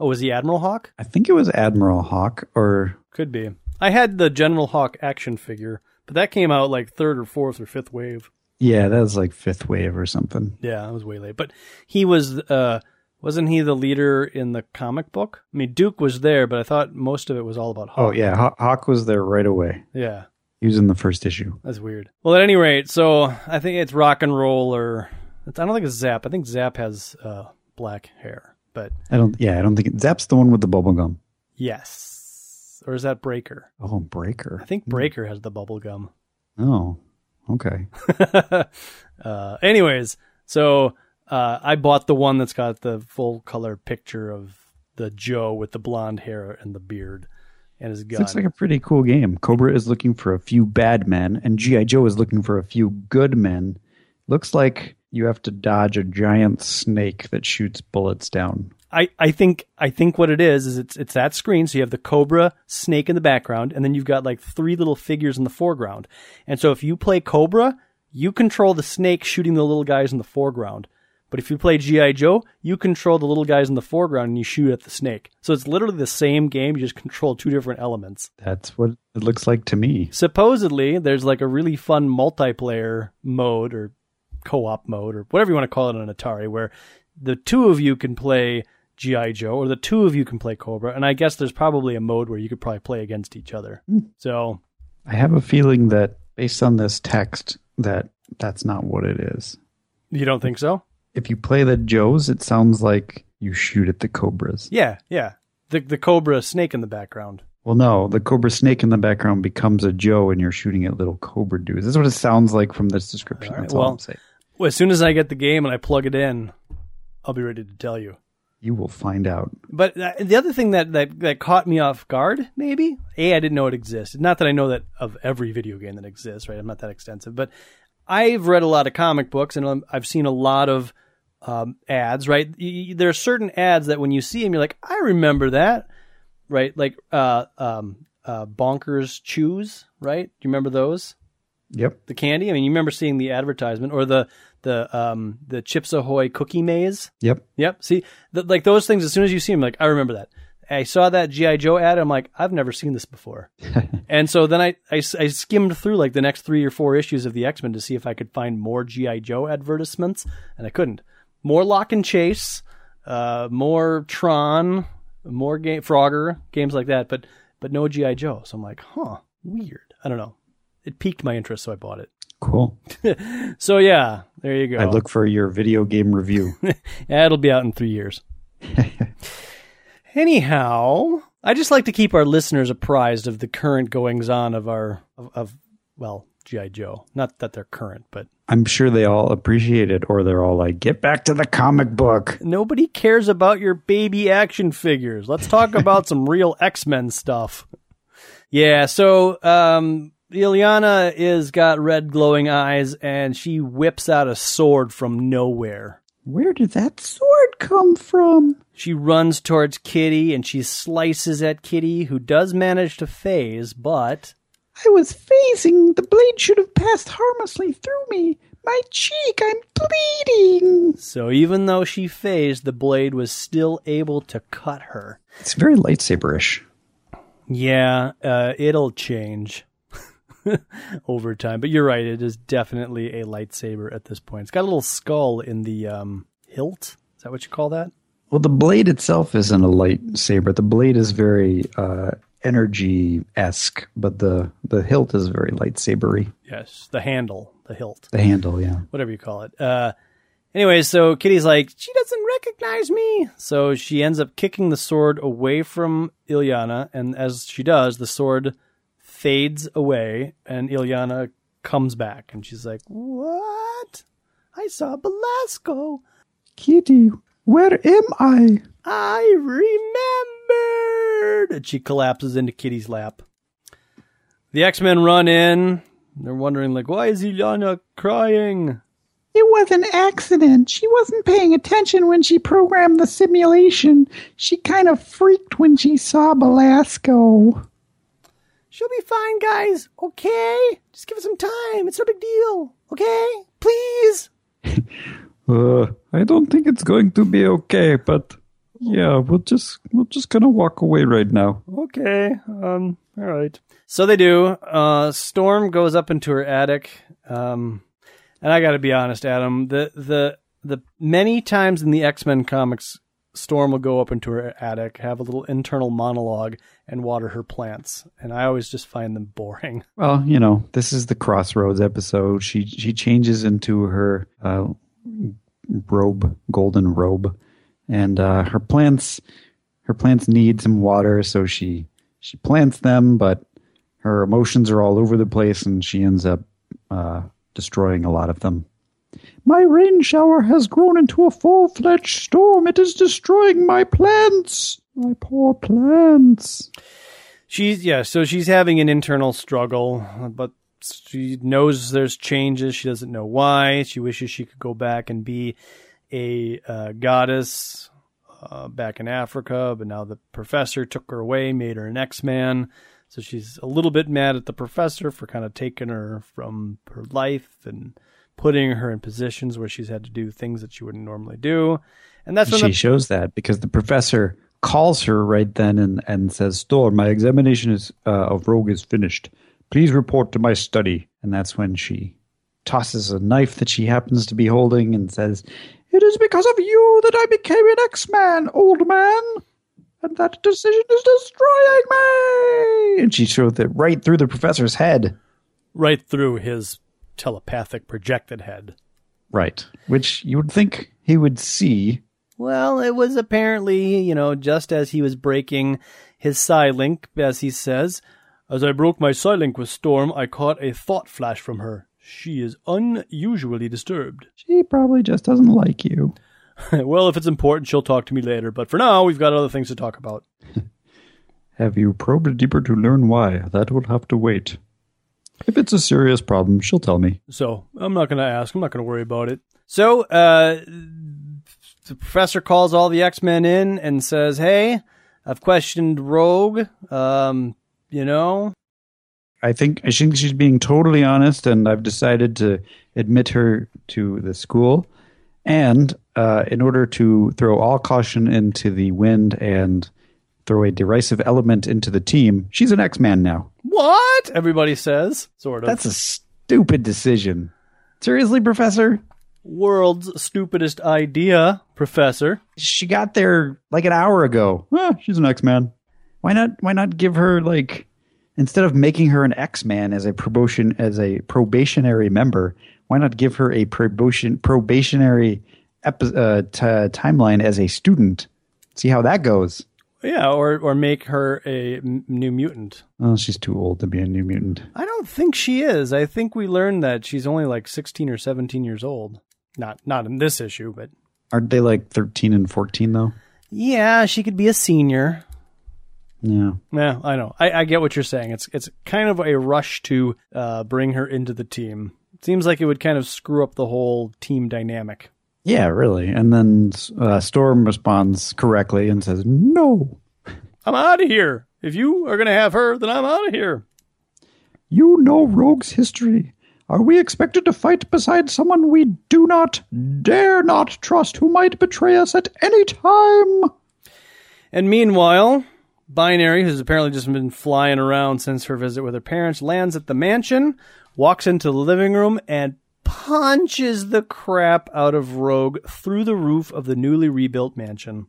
B: Oh, was he Admiral Hawk?
A: I think it was Admiral Hawk or
B: Could be. I had the General Hawk action figure, but that came out like third or fourth or fifth wave.
A: yeah, that was like fifth wave or something.
B: Yeah, I was way late. But he was uh wasn't he the leader in the comic book? I mean, Duke was there, but I thought most of it was all about Hawk.
A: Oh yeah, Haw- Hawk was there right away.
B: Yeah.
A: He was in the first issue.
B: That's weird. Well, at any rate, so I think it's rock and roll, or it's, I don't think it's Zap. I think Zap has uh, black hair, but
A: I don't. Yeah, I don't think it, Zap's the one with the bubble gum.
B: yes, or is that Breaker?
A: Oh, Breaker.
B: I think Breaker has the bubble gum. [LAUGHS]
A: Oh, okay.
B: uh, anyways, so uh, I bought the one that's got the full color picture of the Joe with the blonde hair and the beard and his gun.
A: Looks like a pretty cool game. Cobra is looking for a few bad men, and GI Joe is looking for a few good men. Looks like you have to dodge a giant snake that shoots bullets down.
B: I, I think I think what it is is it's it's that screen. So you have the cobra snake in the background, and then you've got like three little figures in the foreground. And so if you play cobra, you control the snake shooting the little guys in the foreground. But if you play GI Joe, you control the little guys in the foreground and you shoot at the snake. So it's literally the same game. You just control two different elements.
A: That's what it looks like to me.
B: Supposedly, there's like a really fun multiplayer mode or co-op mode or whatever you want to call it on Atari, where the two of you can play GI Joe or the two of you can play Cobra, and I guess there's probably a mode where you could probably play against each other. So
A: I have a feeling that based on this text that that's not what it is.
B: you don't think so?
A: If you play the Joes, it sounds like you shoot at the cobras.
B: Yeah, yeah. The the Cobra snake in the background.
A: Well, no, the cobra snake in the background becomes a Joe, and you're shooting at little cobra dudes. This is what it sounds like from this description.
B: All right,
A: That's
B: well-
A: all I'm saying.
B: Well, as soon as I get the game and I plug it in, I'll be ready to tell you.
A: You will find out.
B: But uh, the other thing that, that that caught me off guard, maybe, a I didn't know it existed. Not that I know that of every video game that exists, right? I'm not that extensive, but I've read a lot of comic books and um, I've seen a lot of um, ads, right? Y- y- There are certain ads that when you see them, you're like, I remember that, right? Like uh, um, uh, Bonkers Chews, right? Do you remember those?
A: Yep.
B: The candy. I mean, you remember seeing the advertisement or the the um, the Chips Ahoy cookie maze.
A: Yep.
B: Yep. See, th- like those things. As soon as you see them, like I remember that. I saw that GI Joe ad. I'm like, I've never seen this before. and so then I, I s- I skimmed through like the next three or four issues of the X Men to see if I could find more GI Joe advertisements, and I couldn't. More Lock and Chase, uh, more Tron, more game Frogger games like that, but but no GI Joe. So I'm like, huh, weird. I don't know. It piqued my interest, so I bought it.
A: Cool.
B: So yeah, there you go.
A: I look for your video game [LAUGHS] review.
B: Yeah, it'll be out in three years. [LAUGHS] Anyhow, I just like to keep our listeners apprised of the current goings on of our of, of well, GI Joe. Not that they're current, but
A: I'm sure they all appreciate it, or they're all like, "Get back to the comic book."
B: nobody cares about your baby action figures. Let's [LAUGHS] talk about some real X Men stuff. Yeah, so um, Ileana is got red glowing eyes, and she whips out a sword from nowhere.
A: Where did that sword come from?
B: She runs towards Kitty and she slices at Kitty, who does manage to phase, but
A: I was phasing. The blade should have passed harmlessly through me, My cheek, I'm bleeding.
B: So even though she phased, the blade was still able to cut her.
A: It's very lightsaberish.
B: Yeah, uh, it'll change [LAUGHS] over time. But you're right; it is definitely a lightsaber at this point. It's got a little skull in the um, hilt. Is that what you call that?
A: Well, the blade itself isn't a lightsaber. The blade is very uh, energy esque, but the the hilt is very lightsabery.
B: Yes, the handle, the hilt,
A: The handle, yeah.
B: whatever you call it. Uh, anyway, so Kitty's like, she doesn't recognize me. So she ends up kicking the sword away from Ilyana, and as she does, the sword fades away, and Ilyana comes back, and she's like, "What? I saw Belasco."
A: Kitty, where am I?
B: I remembered. And she collapses into Kitty's lap. The X Men run in. They're wondering, like, why is Ilana crying?
A: It was an accident. She wasn't paying attention when she programmed the simulation. She kind of freaked when she saw Belasco.
B: She'll be fine, guys. Okay? Just give it some time. It's no big deal. Okay? Please?
C: Uh, I don't think it's going to be okay, but yeah, we'll just we'll just kind of walk away right now.
B: Okay. Um, all right. So they do. Uh, Storm goes up into her attic. Um, and I got to be honest, Adam, the, the, the many times in the X Men comics, Storm will go up into her attic, have a little internal monologue, and water her plants. And I always just find them boring.
A: Well, you know, this is the Crossroads episode. She she changes into her uh, robe, golden robe, and uh, her plants her plants need some water, so she she plants them, but her emotions are all over the place, and she ends up uh, destroying a lot of them. My rain shower has grown into a full fledged storm. It is destroying my plants. My poor plants.
B: She's yeah, so she's having an internal struggle, but she knows there's changes. She doesn't know why. She wishes she could go back and be a uh, goddess uh, back in Africa, but now the professor took her away, made her an X Man. So she's a little bit mad at the professor for kind of taking her from her life and putting her in positions where she's had to do things that she wouldn't normally do. And that's when
A: she
B: the
A: shows that because the professor calls her right then and, and says, Storm, my examination is, uh, of Rogue is finished. Please report to my study. And that's when she tosses a knife that she happens to be holding and says, It is because of you that I became an X Man, old man. And that decision is destroying me. And she showed that right through the professor's head.
B: right through his telepathic projected head.
A: Right. Which you would think he would see.
B: Well, it was apparently, you know, just as he was breaking his Psylink, as he says. As I broke my Psylink with Storm, I caught a thought flash from her. She is unusually disturbed. [LAUGHS]
A: She probably just doesn't like you.
B: well, if it's important, she'll talk to me later, but for now, we've got other things to talk about.
C: Have you probed deeper to learn why? That will have to wait. If it's a serious problem, she'll tell me.
B: So I'm not going to ask. I'm not going to worry about it. So uh, the professor calls all the X Men in and says, Hey, I've questioned Rogue. Um, you know,
A: I think I think she's being totally honest, and I've decided to admit her to the school. And uh, in order to throw all caution into the wind and throw a derisive element into the team, she's an X Man now.
B: What? Everybody says, sort of.
A: That's a stupid decision. Seriously, Professor?
B: world's stupidest idea, Professor.
A: She got there like an hour ago.
C: Ah, she's an X-Man.
A: Why not? Why not give her like instead of making her an X Man as a promotion as a probationary member? Why not give her a probation probationary epi- uh, t- timeline as a student? See how that goes.
B: Yeah, or or make her a m- new mutant.
A: Oh, she's too old to be a New Mutant.
B: I don't think she is. I think we learned that she's only like 16 or 17 years old. Not not in this issue, but
A: Aren't they like thirteen and fourteen though?
B: yeah, she could be a senior.
A: Yeah.
B: Yeah, I know. I, I get what you're saying. It's it's kind of a rush to uh, bring her into the team. Seems like it would kind of screw up the whole team dynamic.
A: Yeah, really. And then uh, Storm responds correctly and says, "No,
B: I'm out of here. If you are going to have her, then I'm out of here.
A: You know Rogue's history.
C: Are we expected to fight beside someone we do not, dare not trust, who might betray us at any time?
B: And meanwhile, Binary, who's apparently just been flying around since her visit with her parents, lands at the mansion, walks into the living room, and punches the crap out of Rogue through the roof of the newly rebuilt mansion.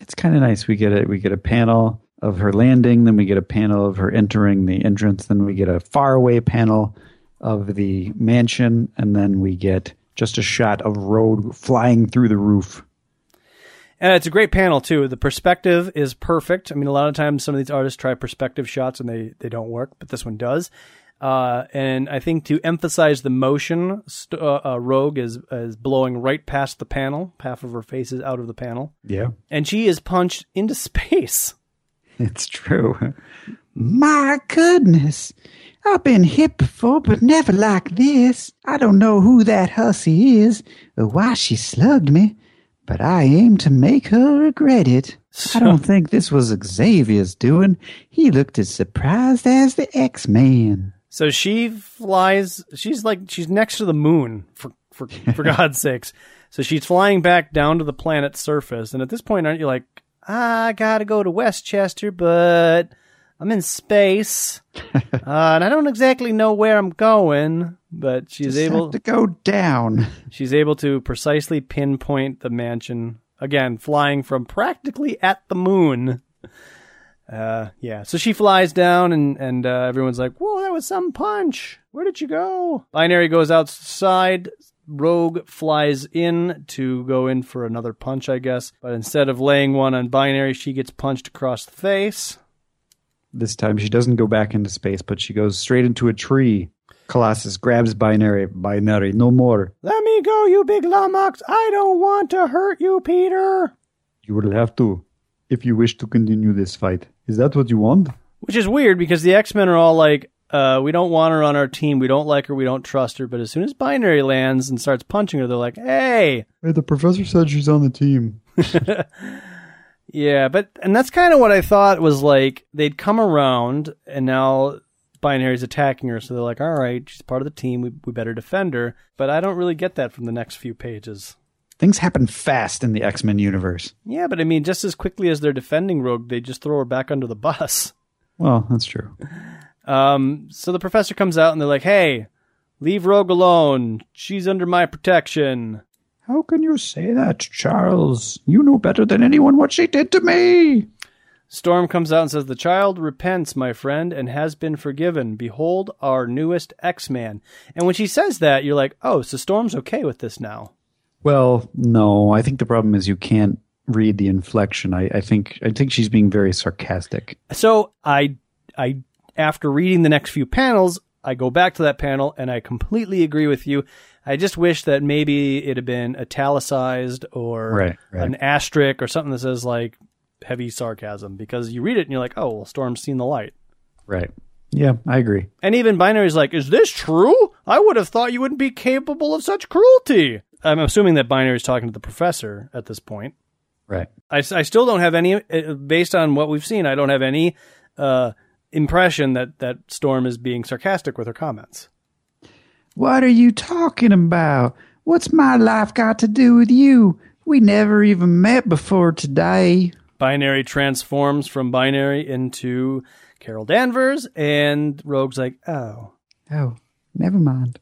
A: It's kind of nice. We get a we get a panel of her landing, then we get a panel of her entering the entrance, then we get a faraway panel of the mansion, and then we get just a shot of Road flying through the roof.
B: And it's a great panel too. The perspective is perfect. I mean, a lot of times some of these artists try perspective shots and they they don't work, but this one does. Uh, and I think to emphasize the motion, st- uh, uh, Rogue is is blowing right past the panel. Half of her face is out of the panel,
A: Yeah,
B: and she is punched into [LAUGHS] space.
A: [LAUGHS] it's true. My goodness. I've been hit before, but never like this. I don't know who that hussy is or why she slugged me, but I aim to make her regret it. I [LAUGHS] don't think this was Xavier's doing. He looked as surprised as the X-Man.
B: So she flies. She's like she's next to the moon for for
A: [LAUGHS]
B: for God's sakes. So she's flying back down to the planet's surface, and at this point, aren't you like, I gotta go to Westchester, but I'm
A: [LAUGHS]
B: in space, uh, and I don't exactly know where I'm going. But she's
A: Just have
B: able
A: to go down.
B: she's able to precisely pinpoint the mansion again, flying from practically at the moon. Uh, yeah. So she flies down, and and uh, everyone's like, "Whoa, that was some punch! Where did you go?" Binary goes outside. Rogue flies in to go in for another punch, I guess. But instead of laying one on Binary, she gets punched across the face.
A: This time she doesn't go back into space, but she goes straight into a tree. Colossus grabs Binary. Binary, no more.
B: Let me go, you big lummox! I don't want to hurt you, Peter.
C: You will have to, if you wish to continue this fight. Is that what you want?
B: Which is weird because the X Men are all like, uh, we don't want her on our team. We don't like her. We don't trust her. But as soon as Binary lands and starts punching her, they're like, hey.
C: Hey, the professor said she's on the team.
B: Yeah. But, and that's kind of what I thought was like, they'd come around and now Binary's attacking her. So they're like, all right, she's part of the team. We, we better defend her. But I don't really get that from the next few pages.
A: Things happen fast in the X-Men universe.
B: Yeah. But I mean, just as quickly as they're defending Rogue, they just throw her back under the bus. [LAUGHS]
A: Well, that's true.
B: Um, so the professor comes out and they're like, hey, leave Rogue alone. She's under my protection.
C: How can you say that, Charles? You know better than anyone what she did to me.
B: Storm comes out and says, The child repents, my friend, and has been forgiven. Behold our newest X Man. And when she says that, you're like, Oh, so Storm's okay with this now.
A: Well, no, I think the problem is you can't read the inflection. I, I think I think she's being very sarcastic.
B: So I, I, after reading the next few panels, I go back to that panel and I completely agree with you. I just wish that maybe it had been italicized or
A: Right, right.
B: an asterisk or something that says like heavy sarcasm because you read it and you're like, Oh, well, Storm's seen the light.
A: Right. Yeah, I agree.
B: And even Binary's like, is this true? I would have thought you wouldn't be capable of such cruelty. I'm assuming that Binary's talking to the professor at this point.
A: Right.
B: I, s- I still don't have any, uh, based on what we've seen, I don't have any uh, impression that, that Storm is being sarcastic with her comments.
A: What are you talking about? What's my life got to do with you? We never even met before today.
B: Binary transforms from Binary into Carol Danvers, and Rogue's like, oh,
A: Oh, never mind.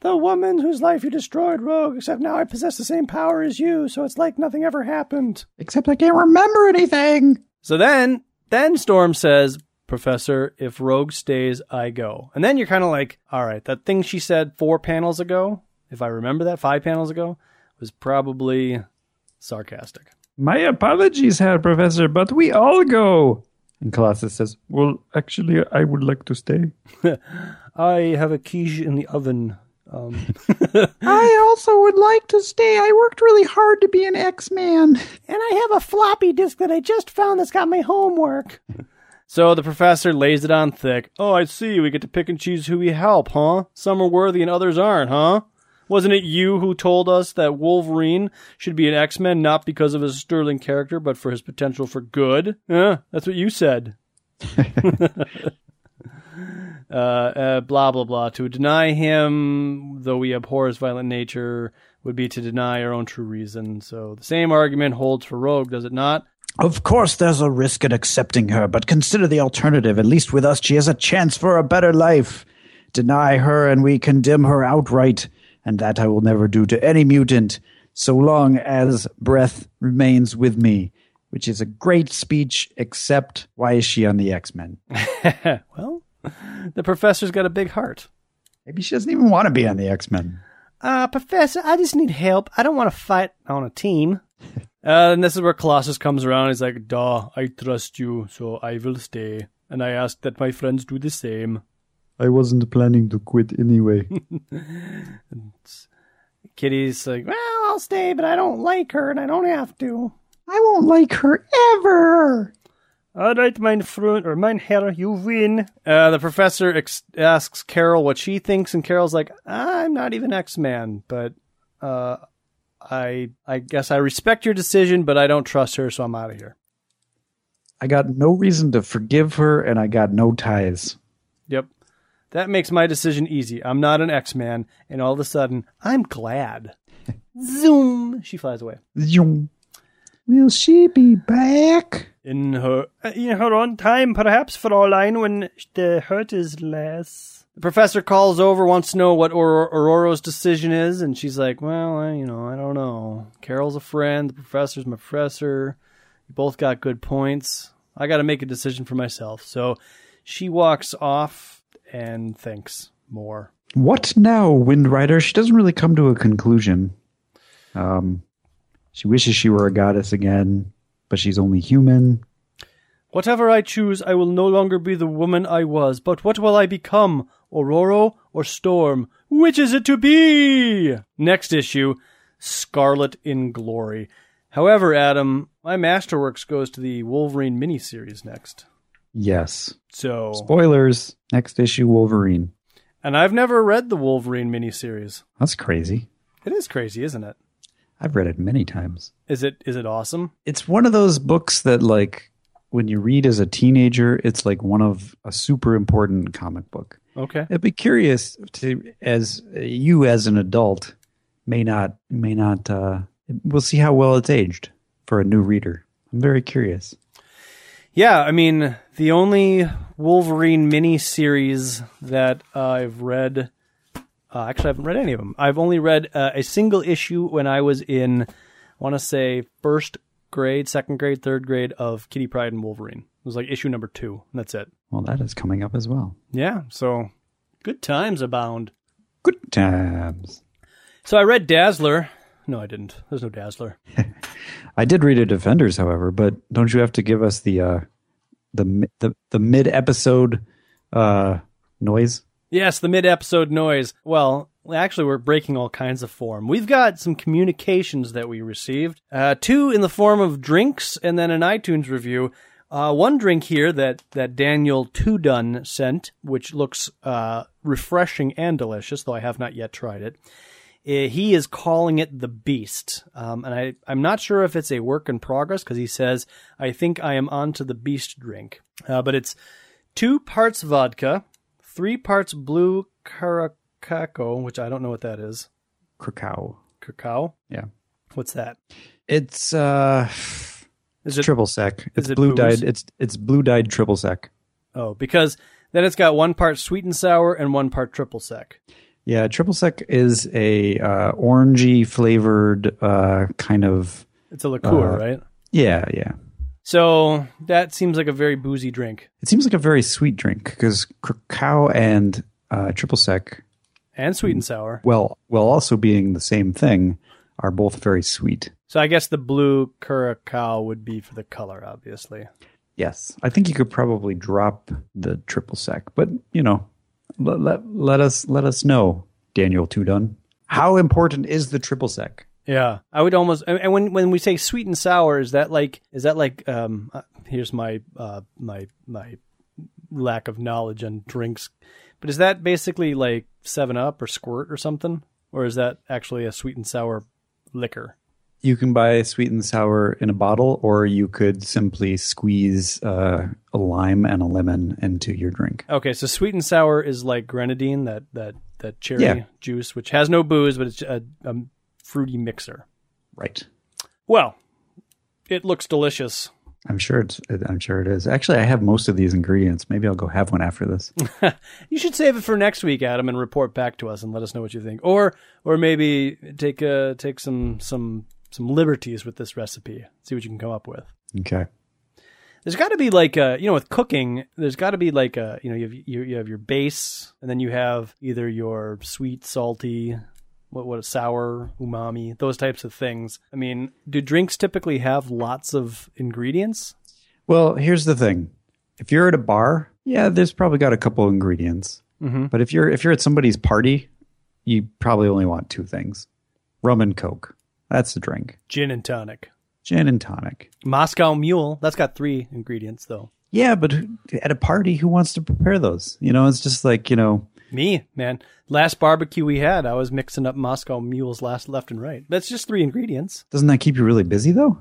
B: the woman whose life you destroyed, Rogue, except now I possess the same power as you, so it's like nothing ever happened.
A: Except I can't remember anything.
B: So then, then Storm says, Professor, if Rogue stays, I go. And then you're kind of like, all right, that thing she said four panels ago, if I remember that, five panels ago, was probably sarcastic.
C: My apologies, Herr Professor, but we all go. And Colossus says, Well, actually, I would like to stay.
B: I have a quiche in the oven. Um,
A: I also would like to stay. I worked really hard to be an X-Man.
B: and I have a floppy disk that I just found that's got my homework. [LAUGHS] so the professor lays it on thick. Oh, I see. We get to pick and choose who we help, huh? Some are worthy and others aren't, huh? Wasn't it you who told us that Wolverine should be an X Men not because of his sterling character, but for his potential for good? Yeah, that's what you said. uh, uh, blah blah blah. To deny him, though we abhor his violent nature, would be to deny our own true reason. So the same argument holds for Rogue, does it not?
A: Of course, there's a risk in accepting her, but consider the alternative. At least with us, she has a chance for a better life. Deny her, and we condemn her outright, and that I will never do to any mutant, so long as breath remains with me. Which is a great speech, except why is she on the X Men?
B: well, the professor's got a big heart.
A: Maybe she doesn't even want to be on the X Men.
B: Uh, Professor, I just need help. I don't want to fight on a team. [LAUGHS] uh, and this is where Colossus comes around. He's like, Duh, I trust you, so I will stay. And I ask that my friends do the same.
C: I wasn't planning to quit anyway.
B: Kitty's like, Well, I'll stay, but I don't like her and I don't have to.
A: [LAUGHS] I won't like her ever.
B: All right, mein Freund, or mein Herr, you win. Uh, the professor ex- asks Carol what she thinks, and Carol's like, I'm not even X-Man, but uh, I, I guess I respect your decision, but I don't trust her, so I'm out of here.
A: I got no reason to forgive her, and I got no ties.
B: Yep. That makes my decision easy. I'm not an X-Man, and all of a sudden, I'm glad. Zoom! She flies away.
A: Zoom. Will she be back?
B: In her uh, in her own time, perhaps, Fräulein, when the hurt is less. The professor calls over, wants to know what Aur- Aurora's decision is, and she's like, "Well, I, you know, I don't know. Carol's a friend. The professor's my professor. You both got good points. I got to make a decision for myself." So she walks off and thinks more.
A: What now, Wind Rider? She doesn't really come to a conclusion. Um, she wishes she were a goddess again, but she's only human.
B: Whatever I choose, I will no longer be the woman I was. But what will I become? Aurora or Storm? Which is it to be? Next issue Scarlet in Glory. However, Adam, my Masterworks goes to the Wolverine miniseries next.
A: Yes. Oh.
B: So,
A: Spoilers. Next issue Wolverine.
B: and I've never read the Wolverine miniseries.
A: That's crazy.
B: It is crazy, isn't it?
A: I've read it many times.
B: Is it is it awesome?
A: It's one of those books that, like, when you read as a teenager, it's like one of a super important comic book.
B: Okay.
A: I'd be curious to, as uh, you as an adult, may not, may not, uh, we'll see how well it's aged for a new reader. I'm very curious.
B: Yeah, I mean, the only Wolverine miniseries that I've read, uh, actually, I haven't read any of them. I've only read uh, a single issue when I was in, I want to say, first grade, second grade, third grade of Kitty Pride and Wolverine. It was like issue number two, and that's it.
A: Well, that is coming up as well.
B: Yeah, so good times abound.
A: Good times.
B: So I read Dazzler. No, I didn't. There's no Dazzler.
A: I did read a Defenders, however, but don't you have to give us the uh, the mi- the the mid episode uh, noise?
B: Yes, the mid episode noise. Well, actually, we're breaking all kinds of form. We've got some communications that we received uh, two in the form of drinks and then an iTunes review. Uh, one drink here that, that Daniel Tudun sent, which looks uh, refreshing and delicious, though I have not yet tried it. Uh, He is calling it the Beast. Um, and I, I'm not sure if it's a work in progress because he says, I think I am onto the Beast drink. Uh, but it's two parts vodka, three parts blue caracaco, which I don't know what that is.
A: Krakow.
B: Cacao?
A: Yeah,
B: What's that?
A: it's uh, [SIGHS]
B: Is
A: it's
B: it
A: triple sec. It's
B: it
A: blue
B: booze?
A: dyed. It's it's blue dyed triple sec.
B: oh because then it's got one part sweet and sour and one part triple sec.
A: Yeah, triple sec is a uh, orangey flavored uh, kind of.
B: It's a liqueur,
A: Uh,
B: right?
A: Yeah, yeah.
B: So that seems like a very boozy drink.
A: It seems like a very sweet drink because Krakow and uh, triple sec,
B: And sweet and sour.
A: well, while also being the same thing, are both very sweet.
B: So I guess the blue curacao would be for the color, obviously.
A: Yes, I think you could probably drop the triple sec, but you know, let, let, let us let us know, Daniel Tudun. How important is the triple sec?
B: Yeah, I would almost. And and when when we say sweet and sour, is that like is that like um? uh, Here's my uh my my lack of knowledge on drinks, but is that basically like Seven Up or Squirt or something, or is that actually a sweet and sour liquor?
A: you can buy sweet and sour in a bottle, or you could simply squeeze uh, a lime and a lemon into your drink.
B: Okay, so sweet and sour is like grenadine, that that that cherry
A: Yeah.
B: juice, which has no booze, but it's a, a fruity mixer.
A: Right.
B: Well, it looks delicious.
A: I'm sure it's. I'm sure it is. Actually, I have most of these ingredients. Maybe I'll go have one after this.
B: You should save it for next week, Adam, and report back to us and let us know what you think, or or maybe take uh, take some some some liberties with this recipe. See what you can come up with.
A: Okay.
B: There's got to be like a, you know, with cooking, there's got to be like a, you know, you have, you, you have your base and then you have either your sweet, salty, what, what, sour, umami, those types of things. I mean, do drinks typically have lots of ingredients?
A: Well, here's the thing. If you're at a bar, yeah, there's probably got a couple ingredients.
B: Mhm.
A: But if you're if you're at somebody's party, you probably only want two things: rum and coke. That's the drink.
B: Gin and tonic.
A: Gin and tonic.
B: Moscow mule. That's got three ingredients though.
A: Yeah, but who- at a party, who wants to prepare those? You know, it's just like you know.
B: Me, man. Last barbecue we had, I was mixing up Moscow mules last left and right. That's just three ingredients.
A: Doesn't that keep you really busy though?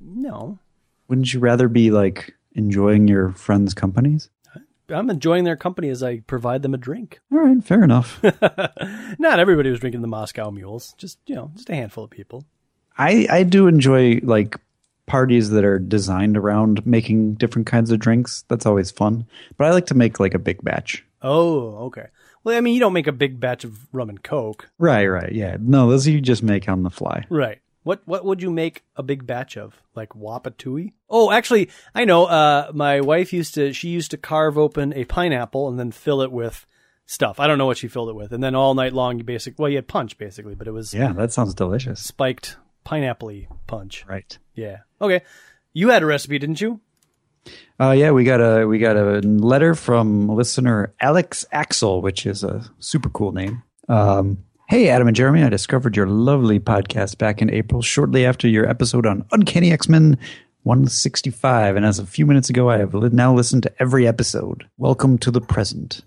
B: No.
A: Wouldn't you rather be like enjoying your friends' companies?
B: I'm enjoying their company as I provide them a drink.
A: All right, fair enough.
B: Not everybody was drinking the Moscow mules. Just you know, just a handful of people.
A: I I do enjoy like parties that are designed around making different kinds of drinks. That's always fun. But I like to make like a big batch.
B: Oh, okay. Well, I mean, you don't make a big batch of rum and coke,
A: Right, right, yeah. No, those you just make on the fly.
B: right? What what would you make a big batch of? Like wapatui? Oh, actually, I know. Uh, my wife used to. She used to carve open a pineapple and then fill it with stuff. I don't know what she filled it with, and then all night long, you basic. Well, you had punch basically, but it was
A: Yeah, that sounds delicious.
B: spiked pineapple punch.
A: Right.
B: Yeah. Okay. You had a recipe, didn't you?
A: Uh, yeah, we got a we got a letter from listener Alex Axel, which is a super cool name. Um, hey, Adam and Jeremy, I discovered your lovely podcast back in April, shortly after your episode on Uncanny X Men 165, and as of a few minutes ago, I have li- now listened to every episode. Welcome to the present.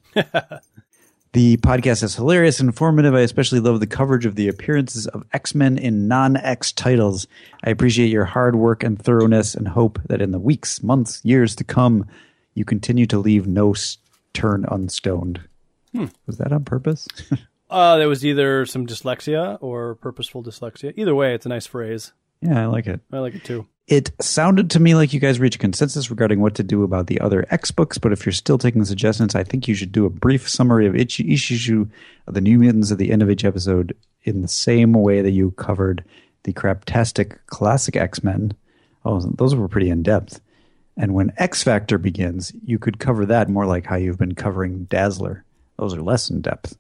A: The podcast is hilarious and informative. I especially love the coverage of the appearances of X Men in non X titles. I appreciate your hard work and thoroughness and hope that in the weeks, months, years to come, you continue to leave no turn unstoned. Was that on purpose? [LAUGHS]
B: Uh, there was either some dyslexia or purposeful dyslexia. Either way, it's a nice phrase.
A: yeah, I like it.
B: I like it too.
A: It sounded to me like you guys reached a consensus regarding what to do about the other X books, but if you're still taking suggestions, I think you should do a brief summary of each, each issue of the New Mutants at the end of each episode in the same way that you covered the craptastic classic X Men. Oh, those were pretty in depth. And when X Factor begins, you could cover that more like how you've been covering Dazzler. Those are less in depth.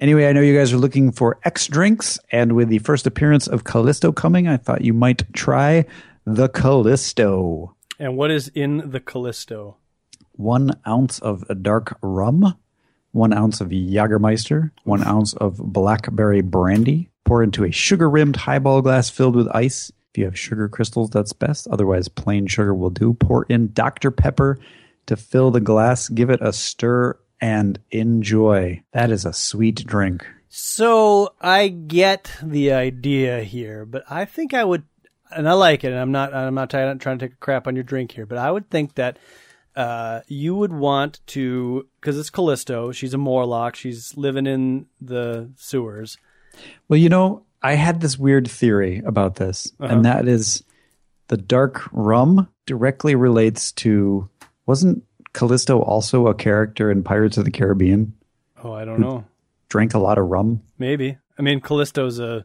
A: Anyway, I know you guys are looking for X drinks, and with the first appearance of Callisto coming, I thought you might try the Callisto.
B: And what is in the Callisto?
A: One ounce of dark rum, one ounce of Jagermeister, one ounce of blackberry brandy. Pour into a sugar rimmed highball glass filled with ice. If you have sugar crystals, that's best. Otherwise, plain sugar will do. Pour in Dr. Pepper to fill the glass. Give it a stir and enjoy. That is a sweet drink.
B: So I get the idea here, but I think I would, and I like it. And I'm not, I'm not trying, trying to take a crap on your drink here, but I would think that uh, you would want to, because it's Callisto. She's a Morlock. She's living in the sewers.
A: Well, you know, I had this weird theory about this, and that is the dark rum directly relates to wasn't Callisto also a character in Pirates of the Caribbean?
B: Oh, I don't know.
A: Drank a lot of rum.
B: Maybe. I mean, Callisto's a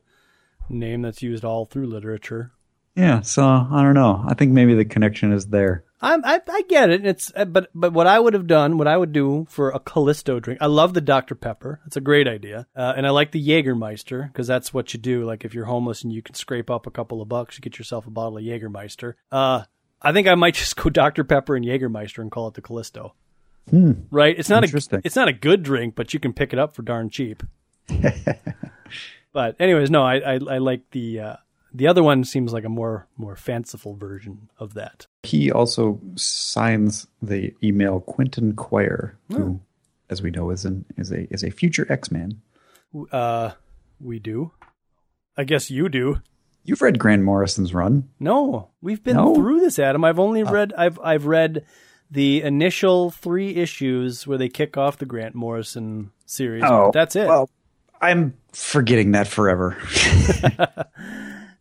B: name that's used all through literature.
A: Yeah, so I don't know. I think maybe the connection is there.
B: I'm, I I get it. It's uh, but but what I would have done, what I would do for a Callisto drink. I love the Dr Pepper. That's a great idea, uh, and I like the Jägermeister because that's what you do. Like if you're homeless and you can scrape up a couple of bucks, you get yourself a bottle of Jägermeister. Uh, I think I might [LAUGHS] just go Dr Pepper and Jägermeister and call it the Callisto. Right? It's not a
A: Interesting.
B: it's not a good drink, but you can pick it up for darn cheap. but anyways, no, I I, I like the. Uh, the other one seems like a more more fanciful version of that.
A: He also signs the email Quentin Quire, who, as we know, is an is a is a future X Man.
B: Uh, we do. I guess you do.
A: You've read Grant Morrison's run.
B: No, we've been
A: No? Oh.
B: through this, Adam. I've only read I've I've read the initial three issues where they kick off the Grant Morrison series. but that's it.
A: Oh, Well, I'm forgetting that forever. [LAUGHS]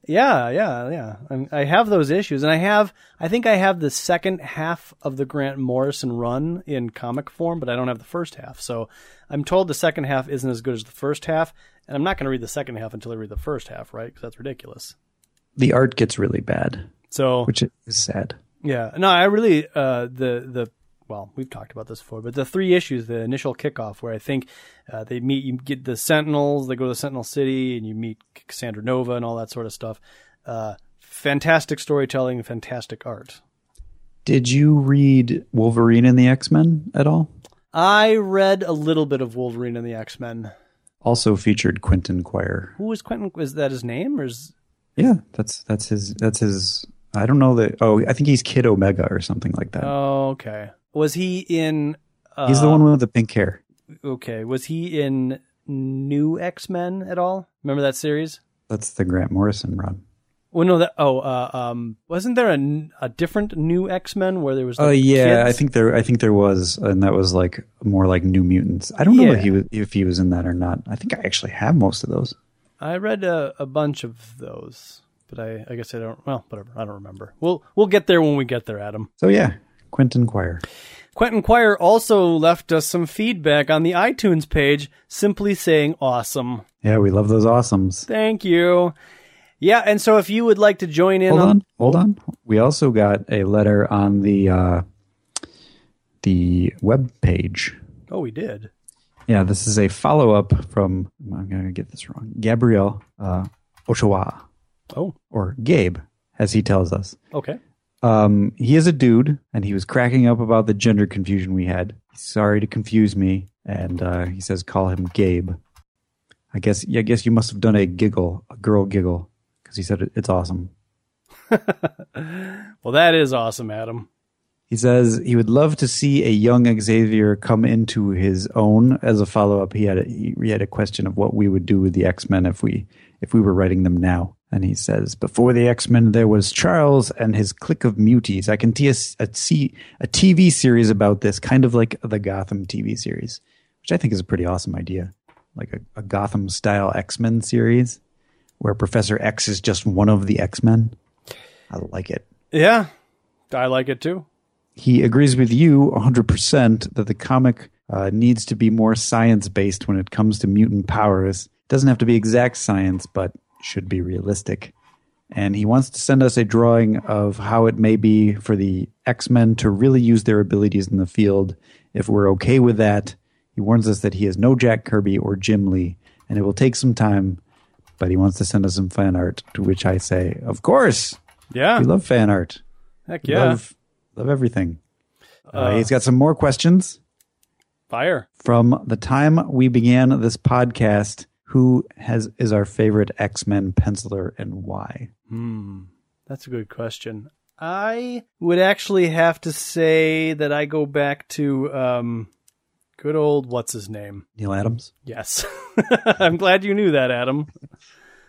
B: yeah, yeah, yeah. I'm, I have those issues, and I have I think I have the second half of the Grant Morrison run in comic form, but I don't have the first half. So I'm told the second half isn't as good as the first half, and I'm not going to read the second half until I read the first half, right? Because that's ridiculous.
A: the art gets really bad,
B: So
A: which is sad.
B: Yeah. No, I really uh the the well, we've talked about this before, but the three issues, the initial kickoff where I think uh, they meet you get the Sentinels, they go to Sentinel City and you meet Cassandra Nova and all that sort of stuff. Uh fantastic storytelling, fantastic art.
A: Did you read Wolverine and the X Men at all?
B: I read a little bit of Wolverine and the X-Men.
A: Also featured Quentin Quire.
B: Who is Quentin is that his name or is
A: Yeah, that's that's his that's his. I don't know that. Oh, I think he's Kid Omega or something like that.
B: Oh, okay. Was he in uh,
A: he's the one with the pink hair.
B: Okay, was he in New X-Men at all? Remember that series?
A: That's the Grant Morrison run.
B: Well, no, that oh, uh, um, wasn't there a, n- a different new X Men where there was? the
A: Oh yeah,
B: kids?
A: I think there I think there was, and that was like more like New Mutants. I don't know
B: Yeah.
A: if he was if he was in that or not. I think I actually have most of those.
B: I read a, a bunch of those, but I, I guess I don't. Well, whatever, I don't remember. We'll we'll get there when we get there, Adam.
A: So yeah, Quentin Quire.
B: Quentin Quire also left us some feedback on the iTunes page, simply saying "awesome."
A: Yeah, we love those awesomes.
B: Thank you. Yeah, and so if you would like to join in
A: Hold on, hold on. We also got a letter on the uh, the web page.
B: oh, we did.
A: Yeah, this is a follow up from I'm gonna get this wrong. Gabriel uh, Ochoa
B: Oh,
A: or Gabe, as he tells us.
B: okay.
A: Um, he is a dude, and he was cracking up about the gender confusion we had. He's sorry to confuse me, and uh, he says call him Gabe. I guess yeah, I guess you must have done a giggle, a girl giggle, because he said it, it's awesome.
B: Well, that is awesome, Adam.
A: He says he would love to see a young Xavier come into his own. As a follow up, he had a, he, he had a question of what we would do with the X Men if we if we were writing them now. And he says, before the X Men, there was Charles and his clique of muties. I can t- a, a, see a TV series about this, kind of like the Gotham TV series, which I think is a pretty awesome idea, like a, a Gotham style X Men series where Professor X is just one of the X Men. I like it
B: Yeah, I like it too.
A: he agrees with you 100% that the comic uh, needs to be more science based when it comes to mutant powers. Doesn't have to be exact science, but should be realistic. And he wants to send us a drawing of how it may be for the X Men to really use their abilities in the field. If we're okay with that, he warns us that he has no Jack Kirby or Jim Lee, and it will take some time, but he wants to send us some fan art, to which I say, Of course!
B: Yeah,
A: We love fan art.
B: heck yeah.
A: Love, love everything. Uh, he's got some more questions
B: Fire.
A: from the time we began this podcast. Who has is our favorite X Men penciler and why?
B: Hmm, That's a good question. I would actually have to say that I go back to um, good old what's his name?
A: Neil Adams.
B: Yes, [LAUGHS] I'm glad you knew that, Adam.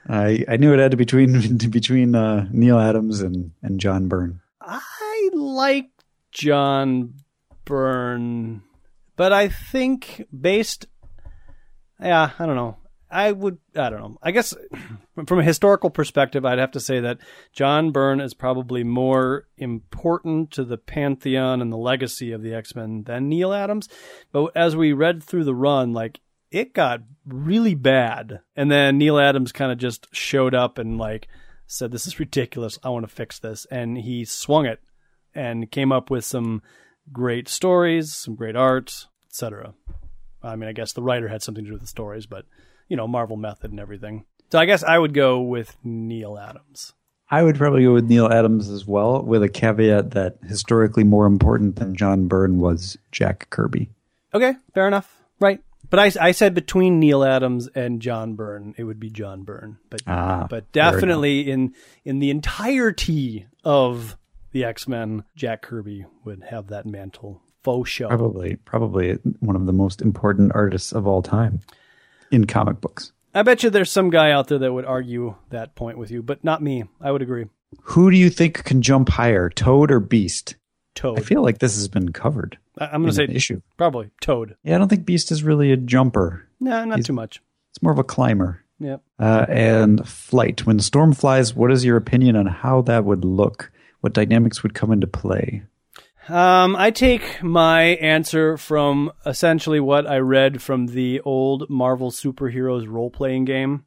A: I, I knew it had to between [LAUGHS] between uh, Neil Adams and and John Byrne.
B: I like John Byrne, but I think based, yeah, I don't know. I would, I don't know. I guess from a historical perspective, I'd have to say that John Byrne is probably more important to the pantheon and the legacy of the X Men than Neil Adams. But as we read through the run, like it got really bad, and then Neil Adams kind of just showed up and like said, "This is ridiculous. I want to fix this," and he swung it and came up with some great stories, some great art, etc. I mean, I guess the writer had something to do with the stories, but you know, Marvel method and everything. So I guess I would go with Neil Adams.
A: I would probably go with Neil Adams as well, with a caveat that historically more important than John Byrne was Jack Kirby.
B: Okay, fair enough. Right. But I, I said between Neil Adams and John Byrne, it would be John Byrne. But
A: Ah,
B: but
A: fair enough.
B: definitely in in the entirety of the X Men, Jack Kirby would have that mantle. Faux show.
A: Probably probably one of the most important artists of all time in comic books.
B: I bet you there's some guy out there that would argue that point with you, but not me. I would agree.
A: Who do you think can jump higher, Toad or Beast?
B: Toad.
A: I feel like this has been covered.
B: I- I'm going to
A: in
B: say
A: the issue.
B: probably Toad.
A: Yeah, I don't think Beast is really a jumper.
B: No, not too much.
A: It's more of a climber.
B: Yeah.
A: Uh, and flight. When the storm flies, what is your opinion on how that would look? What dynamics would come into play?
B: Um, I take my answer from essentially what I read from the old Marvel superheroes role playing game,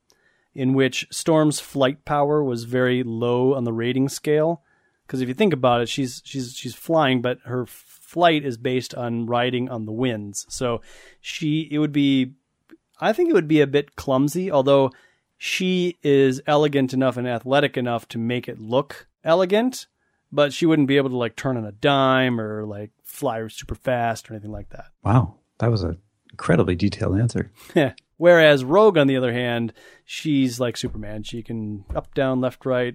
B: in which Storm's flight power was very low on the rating scale. Because if you think about it, she's she's she's flying, but her flight is based on riding on the winds. So she it would be, I think it would be a bit clumsy. Although she is elegant enough and athletic enough to make it look elegant but she wouldn't be able to like turn on a dime or like fly super fast or anything like that. [LAUGHS]
A: Wow, that was an incredibly detailed answer.
B: Heh. Whereas Rogue, on the other hand, she's like Superman. She can up, down, left, right,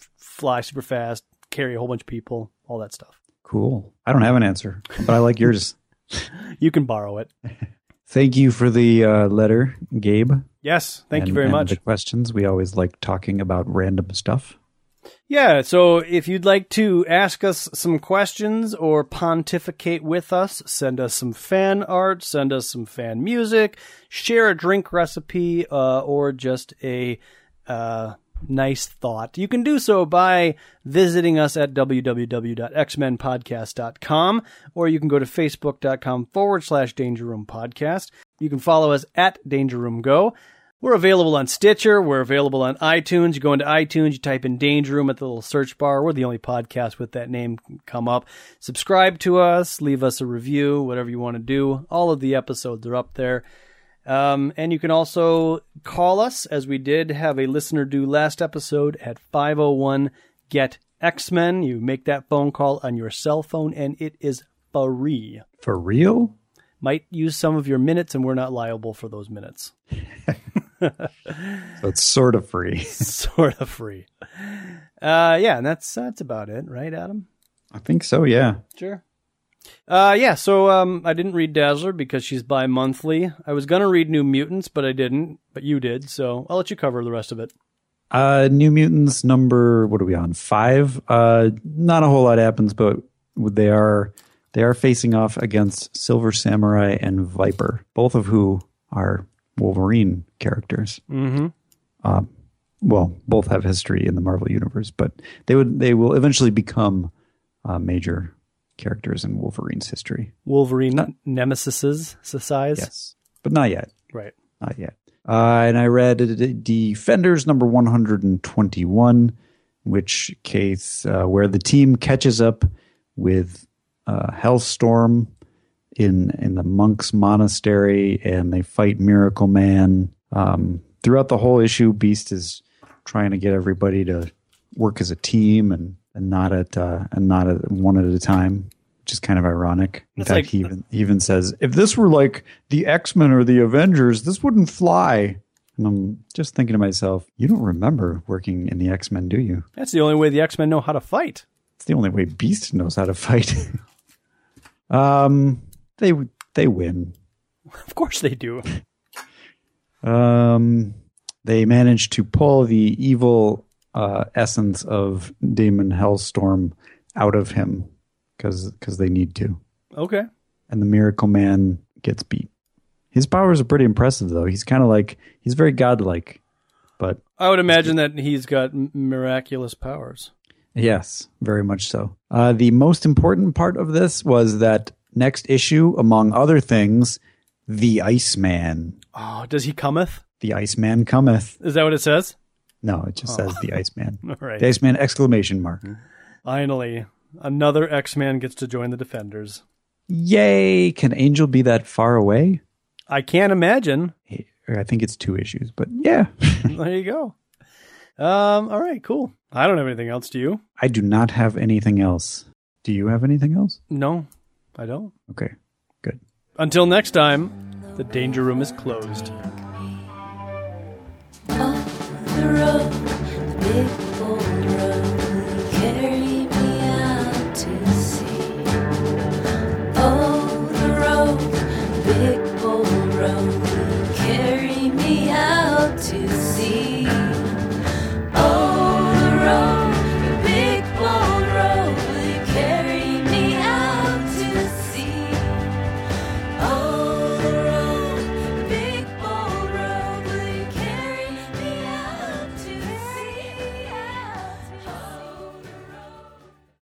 B: f- fly super fast, carry a whole bunch of people, all that stuff.
A: Cool. I don't have an answer, but I
B: [LAUGHS]
A: like yours.
B: You can borrow it.
A: Thank you for the uh, letter, Gabe.
B: Yes, thank you
A: and-
B: very
A: and
B: much.
A: The questions we always like talking about random stuff.
B: Yeah, so if you'd like to ask us some questions or pontificate with us, send us some fan art, send us some fan music, share a drink recipe, uh, or just a uh, nice thought, you can do so by visiting us at www.xmenpodcast.com, or you can go to facebook.com forward slash danger room podcast. You can follow us at danger room go. We're available on Stitcher. We're available on iTunes. You go into iTunes, you type in Danger Room at the little search bar. We're the only podcast with that name come up. Subscribe to us, leave us a review, whatever you want to do. All of the episodes are up there. Um, and you can also call us, as we did have a listener do last episode at 501 Get X Men. You make that phone call on your cell phone, and it is free.
A: For real?
B: Might use some of your minutes, and we're not liable for those minutes.
A: So it's sort of free. [LAUGHS]
B: [LAUGHS] sort of free. Uh, yeah, and that's that's about it, right, Adam?
A: I think so, yeah.
B: Sure. Uh, yeah. So um, I didn't read Dazzler because she's bi-monthly. I was gonna read New Mutants, but I didn't. But you did, so I'll let you cover the rest of it.
A: Uh, New Mutants number what are we on five? Uh, not a whole lot happens, but they are they are facing off against Silver Samurai and Viper, both of who are Wolverine characters. Um,
B: Mm-hmm.
A: Well, both have history in the Marvel universe, but they would they will eventually become uh, major characters in Wolverine's history.
B: Wolverine nemesises, size.
A: Yes, but not yet.
B: Right.
A: Not yet. Uh, and I read it- it- Defenders number 121, in which case uh, where the team catches up with uh, Hellstorm in in the monks' monastery, and they fight Miracle Man. Um, throughout the whole issue, Beast is trying to get everybody to work as a team and, and not at uh, and not at one at a time, which is kind of ironic. In
B: It's
A: fact,
B: like-
A: he even he even says, "If this were like the X Men or the Avengers, this wouldn't fly." And I'm just thinking to myself, you don't remember working in the X Men, do you?
B: That's the only way the X Men know how to fight. [LAUGHS]
A: It's the only way Beast knows how to fight. [LAUGHS] um, they they win.
B: Of course they do.
A: Um, they manage to pull the evil uh, essence of Damon Hellstorm out of him because they need to.
B: okay.
A: And the Miracle Man gets beat. His powers are pretty impressive, though. He's kind of like he's very godlike, but
B: I would imagine that he's got m- miraculous powers.
A: Yes, very much so. Uh, the most important part of this was that next issue, among other things, the Iceman.
B: Oh, does he cometh?
A: The Iceman cometh.
B: Is that what it says? [LAUGHS]
A: No, it just says the Iceman.
B: All right.
A: The Iceman exclamation mark.
B: Finally, another X Man gets to join the Defenders.
A: Yay! Can Angel be that far away?
B: I can't imagine.
A: I think it's two issues, but yeah. [LAUGHS]
B: there you go. Um, all right, cool. I don't have anything else. Do you?
A: I do not have anything else. Do you have anything else?
B: No, I don't.
A: Okay. Good.
B: Until next time, the danger room is closed.
D: Up the road, the big